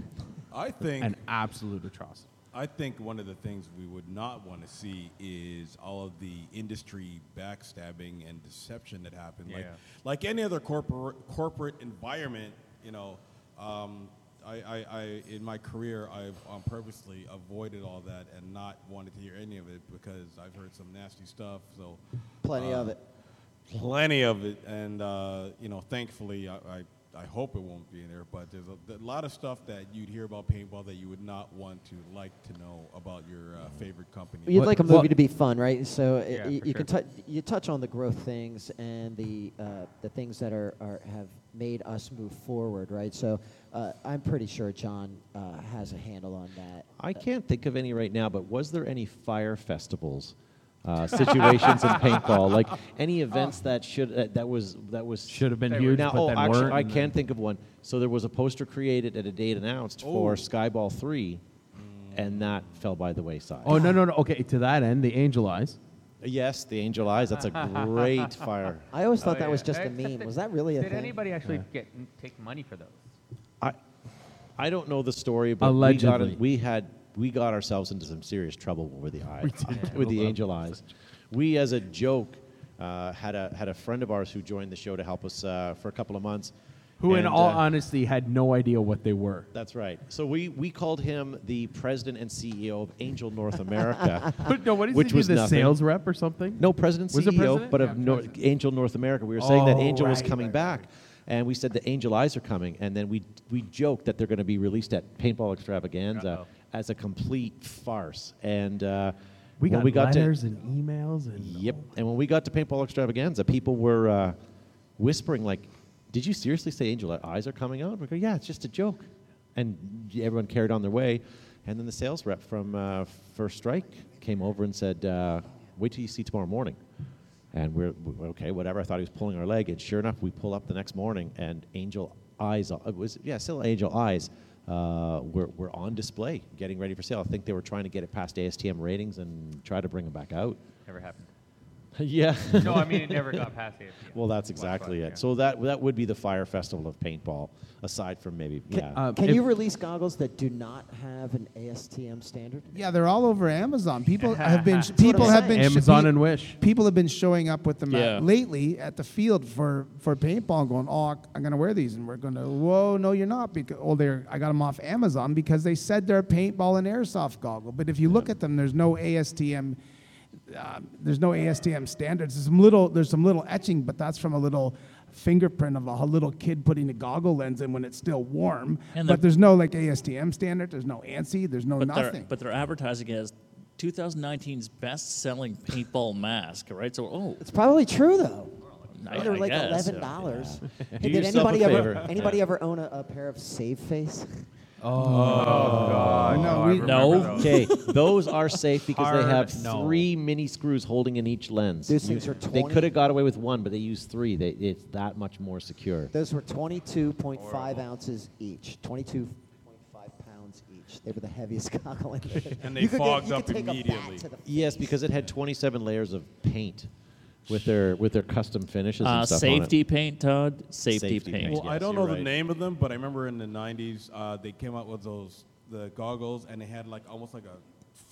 Speaker 6: I think
Speaker 2: an absolute atrocity.
Speaker 6: I think one of the things we would not want to see is all of the industry backstabbing and deception that happened. Like,
Speaker 5: Yeah.
Speaker 6: like any other corporate corporate environment, you know, um, I, I, I in my career I've um, purposely avoided all that and not wanted to hear any of it because I've heard some nasty stuff. So
Speaker 7: Plenty
Speaker 6: uh,
Speaker 2: Um,
Speaker 7: of it.
Speaker 6: plenty of it, and uh, you know, thankfully, I, I, I hope it won't be in there. But there's a, a lot of stuff that you'd hear about paintball that you would not want to like to know about your uh,
Speaker 1: Mm-hmm.
Speaker 6: favorite company.
Speaker 7: You'd
Speaker 2: What-
Speaker 7: like a movie
Speaker 2: what-
Speaker 7: to be fun, right? So i-
Speaker 5: Yeah,
Speaker 7: y- you,
Speaker 5: for
Speaker 7: can
Speaker 5: sure.
Speaker 7: tou you touch on the growth things and the uh, the things that are, are have made us move forward, right? So uh, I'm pretty sure John uh, has a handle on that.
Speaker 1: I can't think of any right now, but was there any fire festivals? Uh, situations in paintball, like any events that should uh, that was that was
Speaker 2: Oh. Should have been
Speaker 1: They
Speaker 2: huge,
Speaker 1: Now,
Speaker 2: but
Speaker 1: oh,
Speaker 2: then
Speaker 1: actually,
Speaker 2: weren't,
Speaker 1: I
Speaker 2: and
Speaker 1: can think of one. So there was a poster created at a date announced for Skyball Three, and that fell by the wayside.
Speaker 2: Oh, no, no, no. Okay, to that end, the Angel Eyes.
Speaker 1: Yes, the Angel Eyes. That's a great fire.
Speaker 7: I always thought
Speaker 5: Oh,
Speaker 7: that was
Speaker 5: yeah.
Speaker 7: just a
Speaker 5: Except
Speaker 7: meme. Was that really a
Speaker 5: Did
Speaker 7: thing?
Speaker 5: anybody actually get take money for those?
Speaker 1: I, I don't know the story, but we got
Speaker 2: Allegedly.
Speaker 1: in, we had we got ourselves into some serious trouble over the eye with the Angel Eyes. We, as a joke, uh, had a had a friend of ours who joined the show to help us uh, for a couple of months.
Speaker 2: Who,
Speaker 1: And,
Speaker 2: in all
Speaker 1: uh,
Speaker 2: honesty, had no idea what they were.
Speaker 1: That's right. So we, we called him the president and CEO of Angel North America.
Speaker 2: no, what is
Speaker 1: Which
Speaker 2: he do,
Speaker 1: was
Speaker 2: the
Speaker 1: nothing.
Speaker 2: sales rep or something?
Speaker 1: No, president,
Speaker 2: Was
Speaker 1: CEO,
Speaker 2: it president?
Speaker 1: but
Speaker 2: Yeah,
Speaker 1: of Nor- Angel North America. We were saying that
Speaker 2: Oh,
Speaker 1: Angel was
Speaker 2: right,
Speaker 1: coming
Speaker 2: right,
Speaker 1: back, and we said the Angel Eyes are coming, and then we we joked that they're going to be released at Paintball Extravaganza
Speaker 5: Uh-oh.
Speaker 1: as a complete farce. And uh,
Speaker 2: We
Speaker 1: when
Speaker 2: got,
Speaker 1: we got
Speaker 2: letters
Speaker 1: to
Speaker 2: and emails and
Speaker 1: yep, and when we got to Paintball Extravaganza, people were uh, whispering like, "Did you seriously say Angel Eyes are coming out?" We go, "Yeah, it's just a joke," and everyone carried on their way. And then the sales rep from uh, First Strike came over and said, uh, "Wait till you see tomorrow morning." And we're we- okay, whatever. I thought he was pulling our leg, and sure enough, we pull up the next morning, and Angel Eyes uh, it was yeah, still Angel Eyes. Uh, were were on display, getting ready for sale. I think they were trying to get it past ASTM ratings and try to bring them back out.
Speaker 5: Never happened.
Speaker 1: yeah.
Speaker 5: no, I mean it never got past it.
Speaker 1: Well, that's exactly it. So that that would be the fire festival of paintball, aside from maybe yeah.
Speaker 2: Um,
Speaker 7: Can
Speaker 2: if-
Speaker 7: you release goggles that do not have an ASTM standard?
Speaker 4: Yeah, they're all over Amazon. People have been people
Speaker 7: I'm
Speaker 4: have been
Speaker 7: saying.
Speaker 2: Amazon
Speaker 4: pe-
Speaker 2: and Wish.
Speaker 4: People have been showing up with them at-
Speaker 3: Yeah.
Speaker 4: lately at the field for for paintball, and going, "Oh, I'm gonna wear these," and we're gonna, "Whoa, no, you're not," because oh, they're I got them off Amazon because they said they're paintball and airsoft goggle. But if you look at them, there's no ASTM. Um, there's no ASTM standards. There's some little there's some little etching, but that's from a little fingerprint of a little kid putting a goggle lens in when it's still warm.
Speaker 3: And
Speaker 4: but
Speaker 3: the-
Speaker 4: there's no like ASTM standard. There's no ANSI. There's no
Speaker 3: But they're,
Speaker 4: nothing.
Speaker 3: but they're advertising it as 2019's best-selling paintball mask, right? So, oh,
Speaker 7: It's probably true though.
Speaker 3: I,
Speaker 7: They're
Speaker 3: I
Speaker 7: like
Speaker 3: guess.
Speaker 7: eleven dollars.
Speaker 1: Do
Speaker 7: Did
Speaker 1: yourself a
Speaker 7: anybody ever
Speaker 1: favor.
Speaker 7: anybody ever own a, a pair of Save Face?
Speaker 5: God,
Speaker 4: no,
Speaker 5: no,
Speaker 4: we-
Speaker 5: I remember
Speaker 3: No.
Speaker 5: those.
Speaker 1: Okay, those are safe because they
Speaker 5: Hard
Speaker 1: have
Speaker 5: no.
Speaker 1: three mini screws holding in each lens.
Speaker 7: Those things are
Speaker 1: They
Speaker 7: 20.
Speaker 1: could have got away with one, but they used three. They, it's that much more secure.
Speaker 7: Those were twenty-two point five ounces each. Twenty-two point five pounds each. range. They were the heaviest cockle in there.
Speaker 6: And they
Speaker 7: You could get-
Speaker 6: fogged
Speaker 7: you
Speaker 6: up
Speaker 7: could take a bat
Speaker 6: immediately.
Speaker 7: to the
Speaker 1: Yes,
Speaker 7: face.
Speaker 1: because it had 27 layers of paint with their with their custom finishes and
Speaker 3: Uh,
Speaker 1: stuff
Speaker 3: safety paint, Todd. Safety,
Speaker 1: Safety
Speaker 3: paint.
Speaker 1: paint.
Speaker 6: Well, I
Speaker 1: Yes,
Speaker 6: don't know
Speaker 1: you're
Speaker 6: the
Speaker 1: right.
Speaker 6: name of them, but I remember in the '90s uh, they came out with those the goggles, and they had like almost like a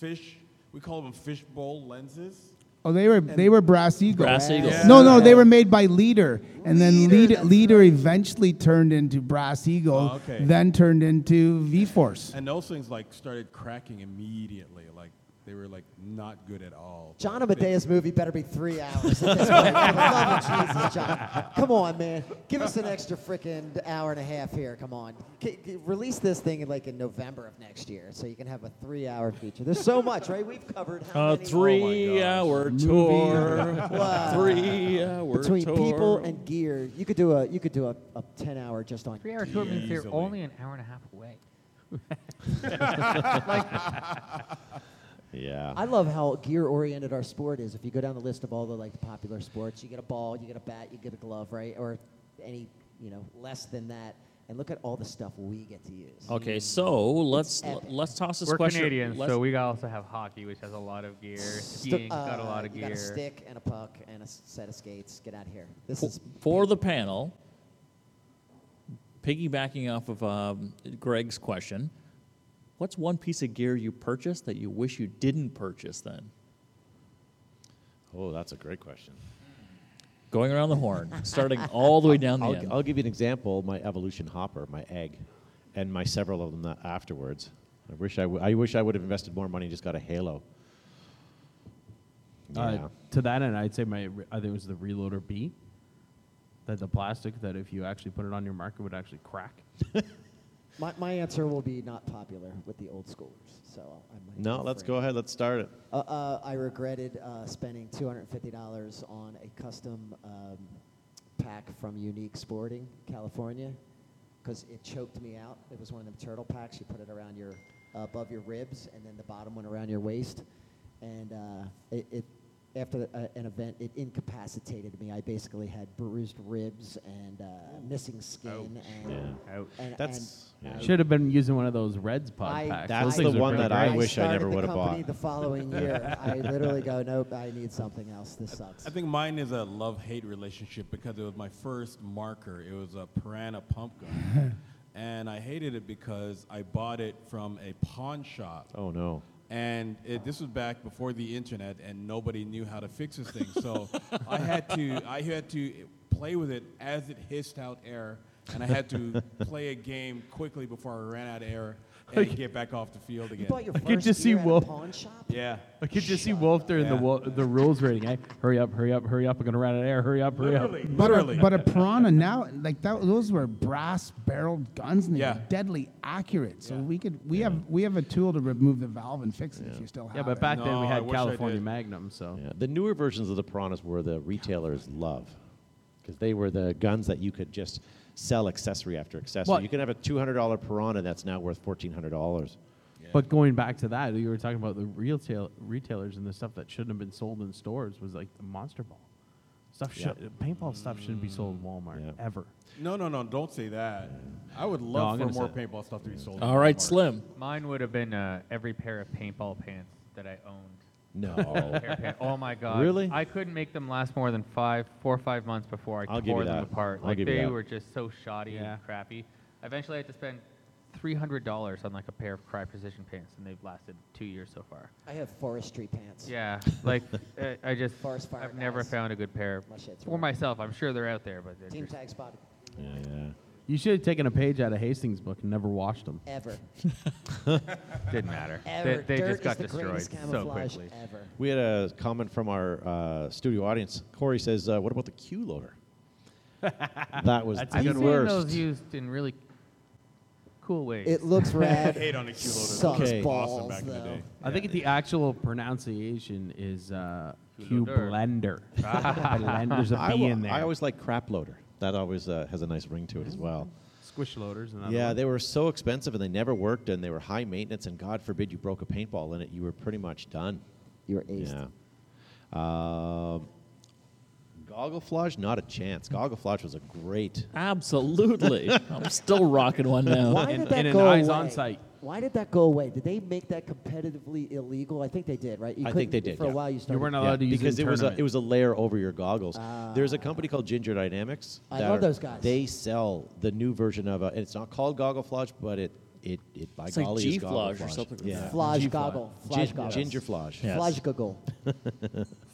Speaker 6: fish. We call them fishbowl lenses.
Speaker 4: Oh, they were they were brass eagles.
Speaker 3: Brass eagles.
Speaker 6: Yeah.
Speaker 4: No, no,
Speaker 6: Yeah.
Speaker 4: they were made by Leader, and then
Speaker 10: Leader,
Speaker 4: Leader
Speaker 10: that's
Speaker 4: Leader eventually turned into Brass Eagle,
Speaker 6: Oh, okay.
Speaker 4: then turned into V Force.
Speaker 6: And those things like started cracking immediately. Like they were like not good at all. but
Speaker 7: John
Speaker 6: they-
Speaker 7: Amadeus movie better be three hours. at this point. For the love of Jesus, John. Come on, man. Give us an extra freaking hour and a half here. Come on. K- k- release this thing in like in November of next year, so you can have a three-hour feature. There's so much, right? We've covered how
Speaker 3: A
Speaker 7: many- Oh
Speaker 6: Oh
Speaker 3: three-hour tour.
Speaker 7: Wow.
Speaker 3: Three-hour
Speaker 7: between
Speaker 3: tour.
Speaker 7: people and gear. You could do a you could do a, a ten-hour just on
Speaker 5: Three hour tour means they're
Speaker 6: Easily.
Speaker 5: only an hour and a half away.
Speaker 1: on it. Yeah.
Speaker 7: I love how gear oriented our sport is. If you go down the list of all the like popular sports, you get a ball, you get a bat, you get a glove, right? Or any, you know, less than that. And look at all the stuff we get to use.
Speaker 1: Oh,
Speaker 3: Okay, so let's
Speaker 7: epic.
Speaker 3: let's toss this
Speaker 5: We're
Speaker 3: question.
Speaker 5: Canadians,
Speaker 3: let's-
Speaker 5: so we also have hockey, which has a lot of gear. Skiing has got a
Speaker 7: Uh,
Speaker 5: lot of
Speaker 7: you
Speaker 5: gear.
Speaker 7: got a stick and a puck and a s- set of skates. Get out of here. This
Speaker 3: for,
Speaker 7: is
Speaker 3: for the panel, piggybacking off of um, Greg's question, what's one piece of gear you purchased that you wish you didn't purchase then?
Speaker 1: oh, that's a great question.
Speaker 3: Going around the horn, starting all the way down the
Speaker 1: I'll,
Speaker 3: end.
Speaker 1: I'll give you an example. My evolution hopper, my egg, and my several of them that afterwards. I wish I, w- I wish I would have invested more money and just got a halo. Yeah.
Speaker 2: Uh, to that end, I'd say my re- I think it was the Reloader B. That the plastic that if you actually put it on your market would actually crack.
Speaker 7: my, my answer will be not popular with the old schoolers. So I might
Speaker 1: no, let's
Speaker 7: refrain.
Speaker 1: go ahead. Let's start it.
Speaker 7: Uh, uh, I regretted uh, spending $250 on a custom um, pack from Unique Sporting, California, because it choked me out. It was one of them turtle packs. You put it around your uh, above your ribs, and then the bottom one around your waist. And uh, it, it after the, uh, an event, it incapacitated me. I basically had bruised ribs and uh, missing skin. And,
Speaker 1: Yeah.
Speaker 5: Ouch.
Speaker 7: and,
Speaker 1: That's-
Speaker 7: and
Speaker 1: yeah.
Speaker 7: I-
Speaker 2: Should have been using one of those Reds pod
Speaker 7: I-
Speaker 2: packs.
Speaker 1: That's
Speaker 2: Those
Speaker 1: the
Speaker 2: things are
Speaker 1: one
Speaker 2: really
Speaker 1: that I
Speaker 2: great.
Speaker 1: wish I
Speaker 7: started
Speaker 1: never
Speaker 7: the
Speaker 1: would've
Speaker 7: company
Speaker 1: bought.
Speaker 7: The following year, I literally go, nope, I need something else. This sucks.
Speaker 6: I think mine is a love-hate relationship because it was my first marker. It was a Piranha pump gun, and I hated it because I bought it from a pawn shop.
Speaker 1: Oh no.
Speaker 6: and it, this was back before the internet, and nobody knew how to fix this thing. So I had to, I had to play with it as it hissed out air, and I had to play a game quickly before I ran out of air and get back off the field
Speaker 7: You
Speaker 6: again.
Speaker 7: bought your
Speaker 2: I
Speaker 7: first
Speaker 2: could just see
Speaker 7: beer at a
Speaker 2: Wolf-
Speaker 7: pawn shop?
Speaker 6: yeah,
Speaker 2: I could just see Wolf during the
Speaker 6: Yeah.
Speaker 2: wo- the rules rating. Eh? Hurry up! Hurry up! Hurry up! I'm gonna run out of air. Hurry up! Hurry
Speaker 6: literally,
Speaker 2: up!
Speaker 4: But a,
Speaker 6: literally.
Speaker 4: but a piranha now, like that, those were brass barreled guns, and they
Speaker 6: Yeah.
Speaker 4: were deadly accurate. So we could we have we have a tool to remove the valve and fix it if you still have
Speaker 2: Yeah, but
Speaker 4: it.
Speaker 2: back then
Speaker 6: No,
Speaker 2: we
Speaker 6: I
Speaker 2: had
Speaker 6: wish I
Speaker 2: California
Speaker 6: did.
Speaker 2: Magnum, so
Speaker 1: Yeah. The newer versions of the piranhas were the retailers love because they were the guns that you could just sell accessory after accessory.
Speaker 2: Well-
Speaker 1: You can have a $200 piranha that's now worth $1,400.
Speaker 2: But going back to that, you were talking about the retail retailers and the stuff that shouldn't have been sold in stores was like the Monster Ball stuff.
Speaker 1: Yeah.
Speaker 2: Should, paintball stuff shouldn't be sold in Walmart
Speaker 1: Yeah.
Speaker 2: ever.
Speaker 6: no, no, no, don't say that. I would
Speaker 2: No,
Speaker 6: love
Speaker 2: I'm
Speaker 6: for
Speaker 2: gonna
Speaker 6: more
Speaker 2: say
Speaker 6: paintball stuff to be sold.
Speaker 3: all right,
Speaker 6: Walmart.
Speaker 3: Slim.
Speaker 5: Mine would have been uh, every pair of paintball pants that I owned.
Speaker 1: No.
Speaker 5: Pair of pant- oh my god!
Speaker 1: Really?
Speaker 5: I couldn't make them last more than five, four or five months before I
Speaker 1: I'll give you
Speaker 5: tore them
Speaker 1: that.
Speaker 5: apart.
Speaker 1: I'll
Speaker 5: like
Speaker 1: give you
Speaker 5: they
Speaker 1: that.
Speaker 5: were just so shoddy
Speaker 2: Yeah.
Speaker 5: and crappy. Eventually, I had to spend three hundred dollars on like a pair of Cry Precision pants, and they've lasted two years so far.
Speaker 7: I have forestry pants.
Speaker 5: Yeah, like I, I just
Speaker 7: Forest fire
Speaker 5: I've never
Speaker 7: guys.
Speaker 5: found a good pair
Speaker 7: My shit's
Speaker 5: for
Speaker 7: wet.
Speaker 5: myself. I'm sure they're out there, but they're
Speaker 7: Team
Speaker 5: just-
Speaker 7: tag spot
Speaker 1: yeah, yeah.
Speaker 2: You should have taken a page out of Hastings' book and never washed them.
Speaker 7: ever.
Speaker 5: didn't matter.
Speaker 7: Ever.
Speaker 5: They, they
Speaker 7: Dirt
Speaker 5: just got
Speaker 7: is the
Speaker 5: destroyed
Speaker 7: greatest
Speaker 5: so
Speaker 7: camouflage
Speaker 5: quickly.
Speaker 7: ever.
Speaker 1: We had a comment from our uh, studio audience. Corey says, uh, "What about the Q loader?" that was
Speaker 2: That's
Speaker 1: the
Speaker 5: I've seen
Speaker 1: worst.
Speaker 5: those used in really cool ways.
Speaker 7: It looks rad.
Speaker 6: Hate on a Q loader.
Speaker 7: Sucks
Speaker 1: Okay.
Speaker 7: balls,
Speaker 6: Awesome back in
Speaker 7: though.
Speaker 6: the day.
Speaker 2: I think the actual pronunciation is uh, Q
Speaker 5: Blender.
Speaker 2: blender. blender. There's a B
Speaker 1: I, wa-
Speaker 2: in there.
Speaker 1: I always like crap loader. That always uh, has a nice ring to it as well.
Speaker 2: squish loaders and
Speaker 1: Yeah, they were so expensive and they never worked and they were high maintenance and God forbid you broke a paintball in it, you were pretty much done.
Speaker 7: You were aced.
Speaker 1: Yeah. Um, Goggleflage, not a chance. Goggleflage was a great.
Speaker 3: Absolutely. I'm still rocking one now.
Speaker 7: Why
Speaker 2: in,
Speaker 7: did that
Speaker 2: in an
Speaker 7: go
Speaker 2: eyes
Speaker 7: away?
Speaker 2: on site.
Speaker 7: Why did that go away? Did they make that competitively illegal? I think they did, right? You
Speaker 1: I think
Speaker 7: couldn't-
Speaker 1: they did,
Speaker 7: For a
Speaker 1: yeah.
Speaker 7: while, you
Speaker 1: You
Speaker 7: started.
Speaker 2: weren't allowed to use it
Speaker 1: because
Speaker 2: in
Speaker 1: it was a,
Speaker 2: tournament.
Speaker 1: it was a layer over your goggles. There's a company called Ginger Dynamics.
Speaker 7: Ah. I
Speaker 1: that
Speaker 7: love
Speaker 1: are-
Speaker 7: those guys.
Speaker 1: They sell the new version of a, and it's not called Goggle Flage, but it it, it by
Speaker 3: It's like
Speaker 1: golly is Goggle
Speaker 3: G-Flage or something like
Speaker 1: Yeah.
Speaker 3: that.
Speaker 7: Flage
Speaker 3: G-Flage.
Speaker 7: goggle. Flage
Speaker 1: Gin-
Speaker 7: goggle.
Speaker 1: Ginger Flage.
Speaker 3: Yeah.
Speaker 7: Flage goggle.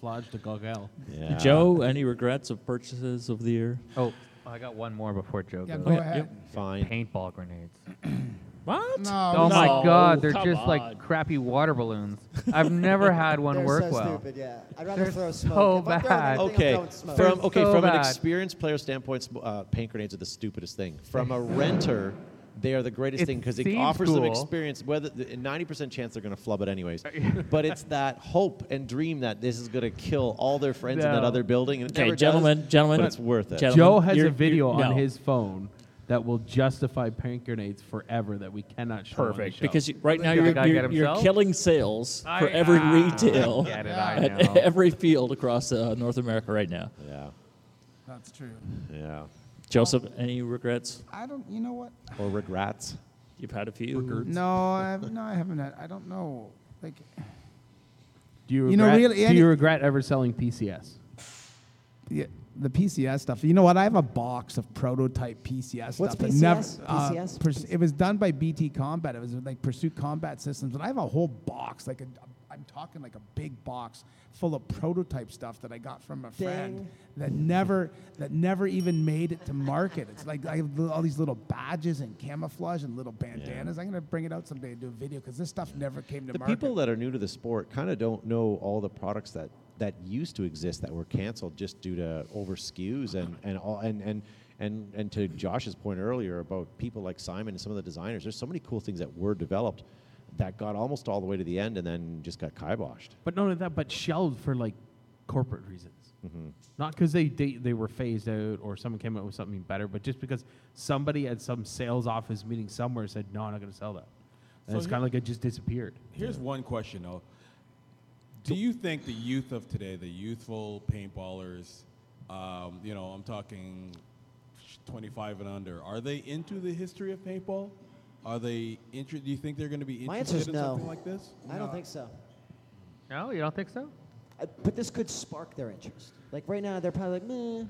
Speaker 2: Flodge to Goggle.
Speaker 1: Yeah.
Speaker 3: Joe, any regrets of purchases of the year?
Speaker 5: Oh, I got one more before Joe
Speaker 4: Yeah,
Speaker 3: Oh,
Speaker 5: goes.
Speaker 4: go ahead.
Speaker 1: Fine.
Speaker 5: Paintball grenades.
Speaker 3: What?
Speaker 4: No,
Speaker 5: Oh my
Speaker 3: No,
Speaker 5: God, they're
Speaker 3: come
Speaker 5: just
Speaker 3: on.
Speaker 5: like crappy water balloons. I've never had one
Speaker 7: They're
Speaker 5: work
Speaker 7: so
Speaker 5: well.
Speaker 7: stupid, yeah. I'd rather
Speaker 5: They're
Speaker 7: throw smoke.
Speaker 5: so
Speaker 7: If I'm throwing
Speaker 5: bad.
Speaker 7: anything, I'm
Speaker 1: Okay,
Speaker 7: throwing smoke.
Speaker 1: from okay,
Speaker 5: so
Speaker 1: from an
Speaker 5: bad.
Speaker 1: experienced player standpoint, sm- uh, paint grenades are the stupidest thing. From a renter, they are the greatest
Speaker 5: It
Speaker 1: thing because it
Speaker 5: seems
Speaker 1: offers them
Speaker 5: cool.
Speaker 1: experience. Whether the ninety percent chance they're going to flub it anyways, but it's that hope and dream that this is going to kill all their friends in that
Speaker 5: No.
Speaker 1: other building. And it
Speaker 3: Okay,
Speaker 1: never does,
Speaker 3: gentlemen, gentlemen,
Speaker 1: but it's worth it.
Speaker 3: gentlemen.
Speaker 2: Joe has
Speaker 3: You're-
Speaker 2: a video
Speaker 3: you're-
Speaker 2: on
Speaker 3: no.
Speaker 2: his phone that will justify paint grenades forever that we cannot show. on the
Speaker 5: Perfect,
Speaker 2: show.
Speaker 3: Because you, right now
Speaker 5: the
Speaker 3: you're,
Speaker 5: guy
Speaker 3: you're,
Speaker 5: get
Speaker 3: you're
Speaker 5: himself?
Speaker 3: killing sales
Speaker 5: I-
Speaker 3: for every
Speaker 5: ah,
Speaker 3: retail
Speaker 5: Get it, I
Speaker 3: at
Speaker 5: know.
Speaker 3: every field across uh, North America right now.
Speaker 1: Yeah,
Speaker 4: That's true.
Speaker 1: yeah,
Speaker 3: Joseph, any regrets?
Speaker 4: I don't. You know what?
Speaker 1: or regrets.
Speaker 3: You've had a few.
Speaker 4: No, I, no, I haven't. had- I don't know. Like,
Speaker 2: do you regret,
Speaker 4: You know, really,
Speaker 2: do
Speaker 4: any-
Speaker 2: you regret ever selling PCS?
Speaker 4: the, the PCS stuff. You know what? I have a box of prototype PCS
Speaker 7: What's
Speaker 4: stuff. that never-
Speaker 7: PCS?
Speaker 4: uh,
Speaker 7: PCS?
Speaker 4: pers- it was done by BT Combat. It was like Pursuit Combat Systems, and I have a whole box, like a, I'm talking like a big box full of prototype stuff that I got from a
Speaker 7: Ding.
Speaker 4: friend that never that never even made it to market. It's like I have all these little badges and camouflage and little bandanas. I'm gonna bring it out someday and do a video because this stuff never came to
Speaker 1: The
Speaker 4: market.
Speaker 1: people that are new to the sport kind of don't know all the products that that used to exist that were canceled just due to over skews and and all and and and and to Josh's point earlier about people like Simon and some of the designers, there's so many cool things that were developed that got almost all the way to the end and then just got kiboshed.
Speaker 2: But not only that, but shelved for like corporate reasons.
Speaker 1: Mm-hmm.
Speaker 2: Not because they, they they were phased out or someone came up with something better, but just because somebody at some sales office meeting somewhere said, "No, I'm not going to sell that," and
Speaker 6: So
Speaker 2: it's kind of
Speaker 6: here-
Speaker 2: like it just disappeared.
Speaker 6: Here's one question though. Do you think the youth of today, the youthful paintballers, um, you know, I'm talking 25 and under, are they into the history of paintball? Are they inter- Do you think they're going to be
Speaker 7: My
Speaker 6: interested
Speaker 7: answer's
Speaker 6: in
Speaker 7: no.
Speaker 6: something like this?
Speaker 7: I don't think so.
Speaker 5: No, you don't think so?
Speaker 7: Uh, But this could spark their interest. Like right now, they're probably like, meh.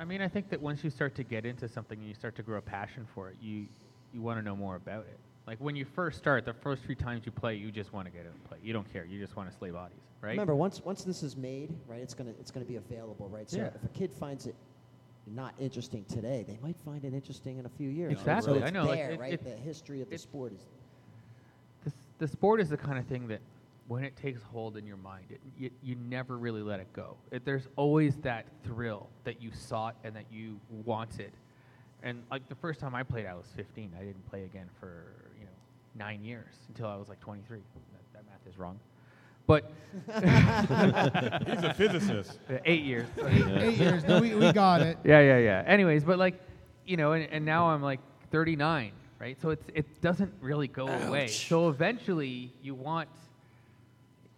Speaker 5: I mean, I think that once you start to get into something and you start to grow a passion for it, you you want to know more about it. Like when you first start, the first few times you play, you just want to get out and play. You don't care. You just want to slay bodies, right?
Speaker 7: Remember, once once this is made, right, it's gonna it's gonna be available, right? So
Speaker 5: Yeah.
Speaker 7: if a kid finds it not interesting today, they might find it interesting in a few years.
Speaker 5: Exactly,
Speaker 7: So it's
Speaker 5: I know, like,
Speaker 7: there,
Speaker 5: it-
Speaker 7: right?
Speaker 5: it-
Speaker 7: the history of the
Speaker 5: it-
Speaker 7: sport is.
Speaker 5: The, the sport is the kind of thing that when it takes hold in your mind, it, you, you never really let it go. It, there's always that thrill that you sought and that you wanted. And like the first time I played, I was 15. I didn't play again for you know nine years until I was like 23. That, that math is wrong, but
Speaker 6: He's a physicist.
Speaker 5: uh, eight years.
Speaker 4: Eight years. No, we, we got it.
Speaker 5: Yeah, yeah, yeah. Anyways, but like, you know, and, and now I'm like 39, right? So it's it doesn't really go away.
Speaker 3: Ouch.
Speaker 5: So eventually, you want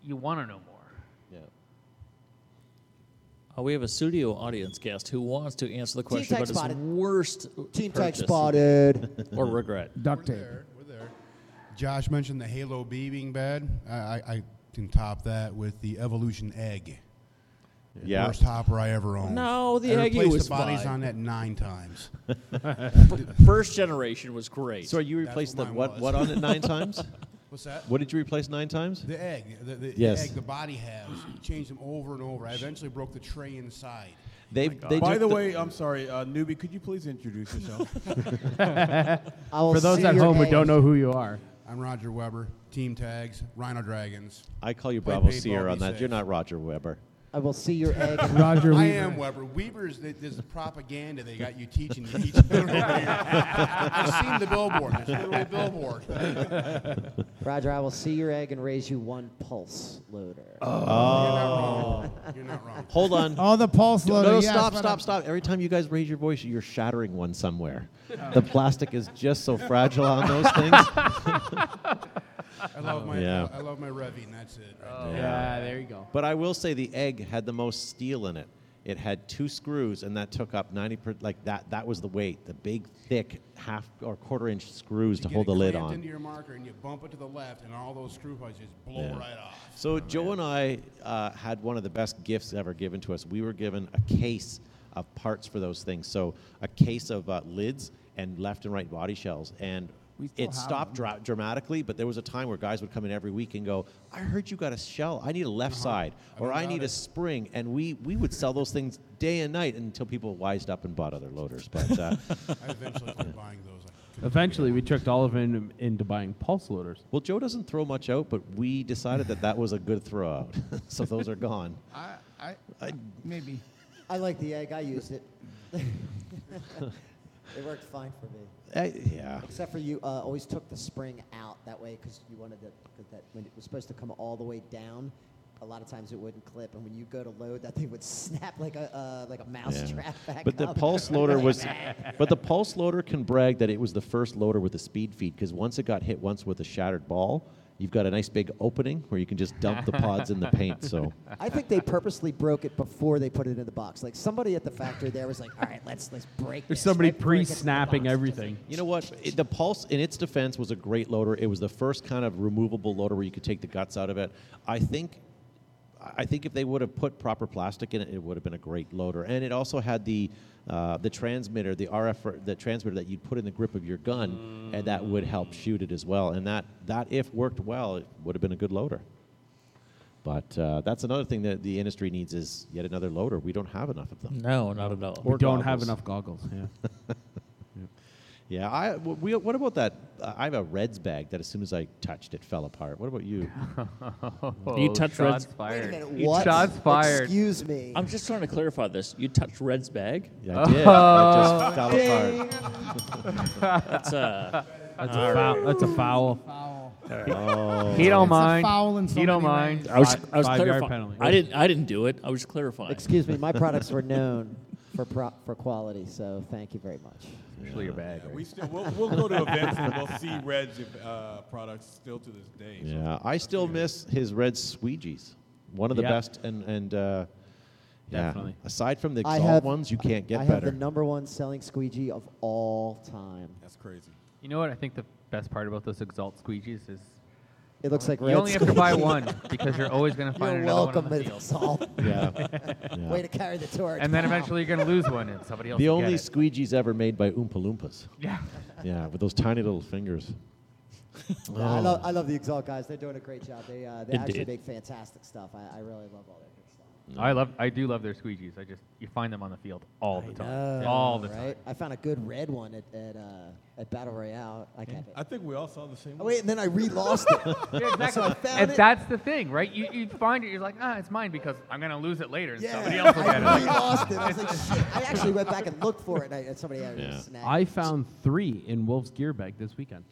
Speaker 5: you want to know more.
Speaker 1: Yeah.
Speaker 3: Uh, we have a studio audience guest who wants to answer the question
Speaker 7: Tech
Speaker 3: about his
Speaker 7: spotted.
Speaker 3: worst
Speaker 7: Team Tech
Speaker 3: purchase
Speaker 7: spotted.
Speaker 3: or regret.
Speaker 4: Duct tape.
Speaker 11: We're there. Josh mentioned the Halo B being bad. I, I, I can top that with the Evolution Egg.
Speaker 1: Yeah.
Speaker 11: Worst hopper I ever owned.
Speaker 3: No, the
Speaker 11: I
Speaker 3: Eggy
Speaker 11: replaced
Speaker 3: was
Speaker 11: the bodies
Speaker 3: fine.
Speaker 11: on that nine times.
Speaker 3: First generation was great.
Speaker 1: So you
Speaker 11: That's
Speaker 1: replaced
Speaker 11: what
Speaker 1: them
Speaker 11: mine
Speaker 1: what
Speaker 11: was.
Speaker 1: what on it nine times?
Speaker 11: What's that?
Speaker 1: What did you replace nine times?
Speaker 11: The egg, the, the, the
Speaker 1: Yes.
Speaker 11: egg, the body halves. Changed them over and over. I eventually broke the tray inside.
Speaker 1: They they
Speaker 6: By
Speaker 1: took
Speaker 6: the way, I'm sorry, uh, newbie, could you please introduce yourself?
Speaker 7: I will
Speaker 2: For those
Speaker 7: see
Speaker 2: at
Speaker 7: your
Speaker 2: home who
Speaker 7: age.
Speaker 2: don't know who you are,
Speaker 11: I'm Roger Weber. Team tags, Rhino Dragons.
Speaker 1: I call you
Speaker 11: Play
Speaker 1: Bravo
Speaker 11: paintball,
Speaker 1: Seer on
Speaker 11: be
Speaker 1: that.
Speaker 11: safe.
Speaker 1: You're not Roger Weber.
Speaker 7: I will see your egg.
Speaker 4: Roger.
Speaker 11: I
Speaker 4: Weaver.
Speaker 11: am Weber. Weber's th- there's the propaganda they got you teaching to each other. over here. I've seen the billboard. It's literally a billboard.
Speaker 7: Roger, I will see your egg and raise you one pulse loader.
Speaker 1: Oh.
Speaker 11: You're not wrong.
Speaker 1: Hold on.
Speaker 4: Oh, the pulse
Speaker 1: No,
Speaker 4: loader.
Speaker 1: no,
Speaker 4: yes,
Speaker 1: stop,
Speaker 4: but
Speaker 1: stop,
Speaker 4: I-
Speaker 1: stop. Every time you guys raise your voice, you're shattering one somewhere. The plastic is just so fragile on those things.
Speaker 11: I love my
Speaker 1: Yeah.
Speaker 11: I
Speaker 5: Oh.
Speaker 11: love my Revy, and that's it. right there.
Speaker 2: yeah, there you go.
Speaker 1: But I will say the egg had the most steel in it. It had two screws, and that took up ninety per, like that. That was the weight. The big, thick half or quarter inch screws to
Speaker 11: Get
Speaker 1: hold
Speaker 11: it
Speaker 1: the lid
Speaker 11: clamped
Speaker 1: on.
Speaker 11: Into your marker, and you bump it to the left, and all those screw points just blow
Speaker 1: Yeah.
Speaker 11: right off.
Speaker 1: So Joe and I uh, had one of the best gifts ever given to us. We were given a case of parts for those things. So a case of uh, lids and left and right body shells. And
Speaker 4: still
Speaker 1: it
Speaker 4: have
Speaker 1: stopped
Speaker 4: them.
Speaker 1: dra- dramatically, but there was a time where guys would come in every week and go, "I heard you got a shell. I need a left
Speaker 4: Uh-huh.
Speaker 1: side, or I need a spring." And we we would sell those things day and night until people wised up and bought other loaders. But uh,
Speaker 11: I eventually quit buying those.
Speaker 2: Eventually, we tricked Oliver in, into buying pulse loaders.
Speaker 1: well, Joe doesn't throw much out, but we decided that that was a good throw out, so those are gone.
Speaker 12: I, I,
Speaker 1: I-
Speaker 12: maybe.
Speaker 7: I like the egg. I used it. it worked fine for me.
Speaker 1: Uh, yeah.
Speaker 7: Except for you uh, always took the spring out that way because you wanted to, cause that when it was supposed to come all the way down, a lot of times it wouldn't clip, and when you go to load, that thing would snap like a uh, like a mouse
Speaker 1: Yeah.
Speaker 7: trap back
Speaker 1: But the
Speaker 7: up.
Speaker 1: pulse loader was, but the pulse loader can brag that it was the first loader with a speed feed because once it got hit once with a shattered ball, you've got a nice big opening where you can just dump the pods in the paint. So
Speaker 7: I think they purposely broke it before they put it in the box. Like somebody at the factory there was like, "All right, let's let's break."
Speaker 2: There's
Speaker 7: this.
Speaker 2: somebody
Speaker 7: Let's break it in the
Speaker 2: pre-snapping
Speaker 7: box."
Speaker 2: everything.
Speaker 1: you know what? It- the pulse, in its defense, was a great loader. It was the first kind of removable loader where you could take the guts out of it. I think. I think if they would have put proper plastic in it, it would have been a great loader. And it also had the uh, the transmitter, the RF, or the transmitter that you'd put in the grip of your gun, and that would help shoot it as well. And that that if worked well, it would have been a good loader. But uh, that's another thing that the industry needs is yet another loader. We don't have enough of them.
Speaker 3: No, not at all.
Speaker 2: We
Speaker 1: Or
Speaker 2: don't have
Speaker 1: goggles.
Speaker 2: enough goggles. Yeah.
Speaker 1: Yeah, I. w- We, what about that? Uh, I have a Reds bag that as soon as I touched, it fell apart. What about you?
Speaker 3: You touch
Speaker 5: shots
Speaker 3: Red's-
Speaker 5: fired.
Speaker 7: Wait a minute,
Speaker 5: You
Speaker 7: what?
Speaker 5: Shots fired.
Speaker 7: Excuse me.
Speaker 3: I'm just trying to clarify this. You touched Red's bag.
Speaker 1: Yeah, I did.
Speaker 2: Oh,
Speaker 1: I just fell
Speaker 7: Ding.
Speaker 1: apart.
Speaker 3: That's uh,
Speaker 2: That's, a foul, that's a foul.
Speaker 5: He don't
Speaker 12: It's a
Speaker 5: mind.
Speaker 12: foul in so
Speaker 5: he don't
Speaker 12: many
Speaker 5: mind.
Speaker 12: ways.
Speaker 3: I was,
Speaker 2: Five-
Speaker 3: I was
Speaker 2: five-yard
Speaker 3: clarifying.
Speaker 2: penalty.
Speaker 3: I didn't, I didn't do it. I was clarifying.
Speaker 7: Excuse me, my products were known for pro- for quality, so thank you very much.
Speaker 5: Actually, your bag.
Speaker 6: Yeah, we still, we'll, we'll go to events and we'll see Red's uh, products still to this day. So
Speaker 1: Yeah, I still miss his red squeegees. One of the
Speaker 2: Yeah.
Speaker 1: best, and and uh, yeah.
Speaker 2: Definitely.
Speaker 1: Aside from the
Speaker 7: I
Speaker 1: exalt
Speaker 7: have
Speaker 1: ones, you can't get
Speaker 7: I have
Speaker 1: better.
Speaker 7: the number one selling squeegee of all time.
Speaker 6: That's crazy.
Speaker 5: You know what? I think the best part about those Exalt squeegees is
Speaker 7: It looks like
Speaker 5: you
Speaker 7: red
Speaker 5: only have to buy
Speaker 7: squeegee.
Speaker 5: one because you're always going to find
Speaker 7: You're
Speaker 5: another
Speaker 7: welcome,
Speaker 5: one on the field.
Speaker 7: Exalt.
Speaker 1: yeah. yeah.
Speaker 7: Way to carry the torch.
Speaker 5: And then
Speaker 7: pal.
Speaker 5: eventually you're going to lose one and somebody else
Speaker 1: the
Speaker 5: will get
Speaker 1: only
Speaker 5: it.
Speaker 1: squeegees ever made by Oompa Loompas.
Speaker 5: Yeah.
Speaker 1: Yeah, with those tiny little fingers.
Speaker 7: Yeah, I,
Speaker 1: Oh.
Speaker 7: love, I love the Exalt guys. They're doing a great job. They, uh, they actually
Speaker 3: Indeed.
Speaker 7: make fantastic stuff. I, I really love all their good stuff.
Speaker 5: I love. I do love their squeegees. I just you find them on the field all the time.
Speaker 7: Oh,
Speaker 5: all the time.
Speaker 7: right? I found a good red one at, at, uh, at Battle Royale. I kept it.
Speaker 6: I think we all saw the same.
Speaker 7: Oh,
Speaker 6: one.
Speaker 7: wait, and then I re-lost it.
Speaker 5: Yeah, exactly.
Speaker 7: So I found
Speaker 5: and
Speaker 7: it.
Speaker 5: that's the thing, right? You, you find it, you're like, ah, it's mine because I'm gonna lose it later, and
Speaker 7: Yeah,
Speaker 5: somebody else will get
Speaker 7: I
Speaker 5: it.
Speaker 7: re-lost it. I was like, shit. I actually went back and looked for it, and I, and somebody had
Speaker 1: Yeah.
Speaker 7: a snack.
Speaker 2: I found three in Wolf's gear bag this weekend.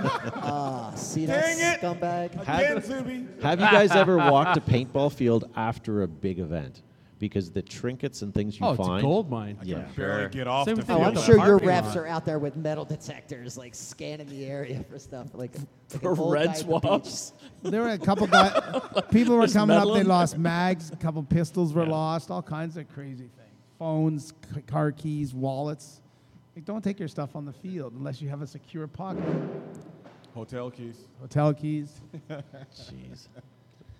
Speaker 7: Ah, see that
Speaker 6: Dang it.
Speaker 7: scumbag.
Speaker 6: Again, Zuby.
Speaker 1: Have you guys ever walked a paintball field after a big event? Because the trinkets and things you
Speaker 2: oh, it's
Speaker 1: find.
Speaker 2: a gold mine.
Speaker 1: Yeah.
Speaker 6: Barely get off
Speaker 2: Same
Speaker 6: the
Speaker 2: with the
Speaker 7: Oh,
Speaker 6: field.
Speaker 7: I'm
Speaker 2: Yeah.
Speaker 7: sure your
Speaker 2: Parking
Speaker 7: refs
Speaker 2: lot.
Speaker 7: are out there with metal detectors, like scanning the area for stuff, like, like an
Speaker 3: For
Speaker 7: old guy
Speaker 3: red
Speaker 7: at the beach.
Speaker 3: swabs.
Speaker 12: There were a couple guys. People were
Speaker 3: There's
Speaker 12: coming up.
Speaker 3: metal
Speaker 12: They
Speaker 3: in
Speaker 12: lost mags. A couple pistols were lost. All kinds of crazy things. Phones, c- car keys, wallets. Like, don't take your stuff on the field unless you have a secure pocket.
Speaker 6: Hotel keys.
Speaker 12: Hotel keys.
Speaker 1: Jeez.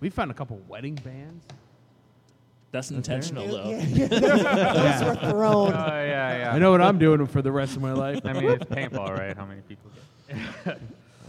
Speaker 2: We found a couple wedding bands.
Speaker 3: That's intentional, though.
Speaker 7: Yeah, yeah. Those were
Speaker 5: Oh
Speaker 7: thrown.
Speaker 5: yeah, yeah.
Speaker 2: I know what I'm doing for the rest of my life.
Speaker 5: I mean, it's paintball, right? How many people get?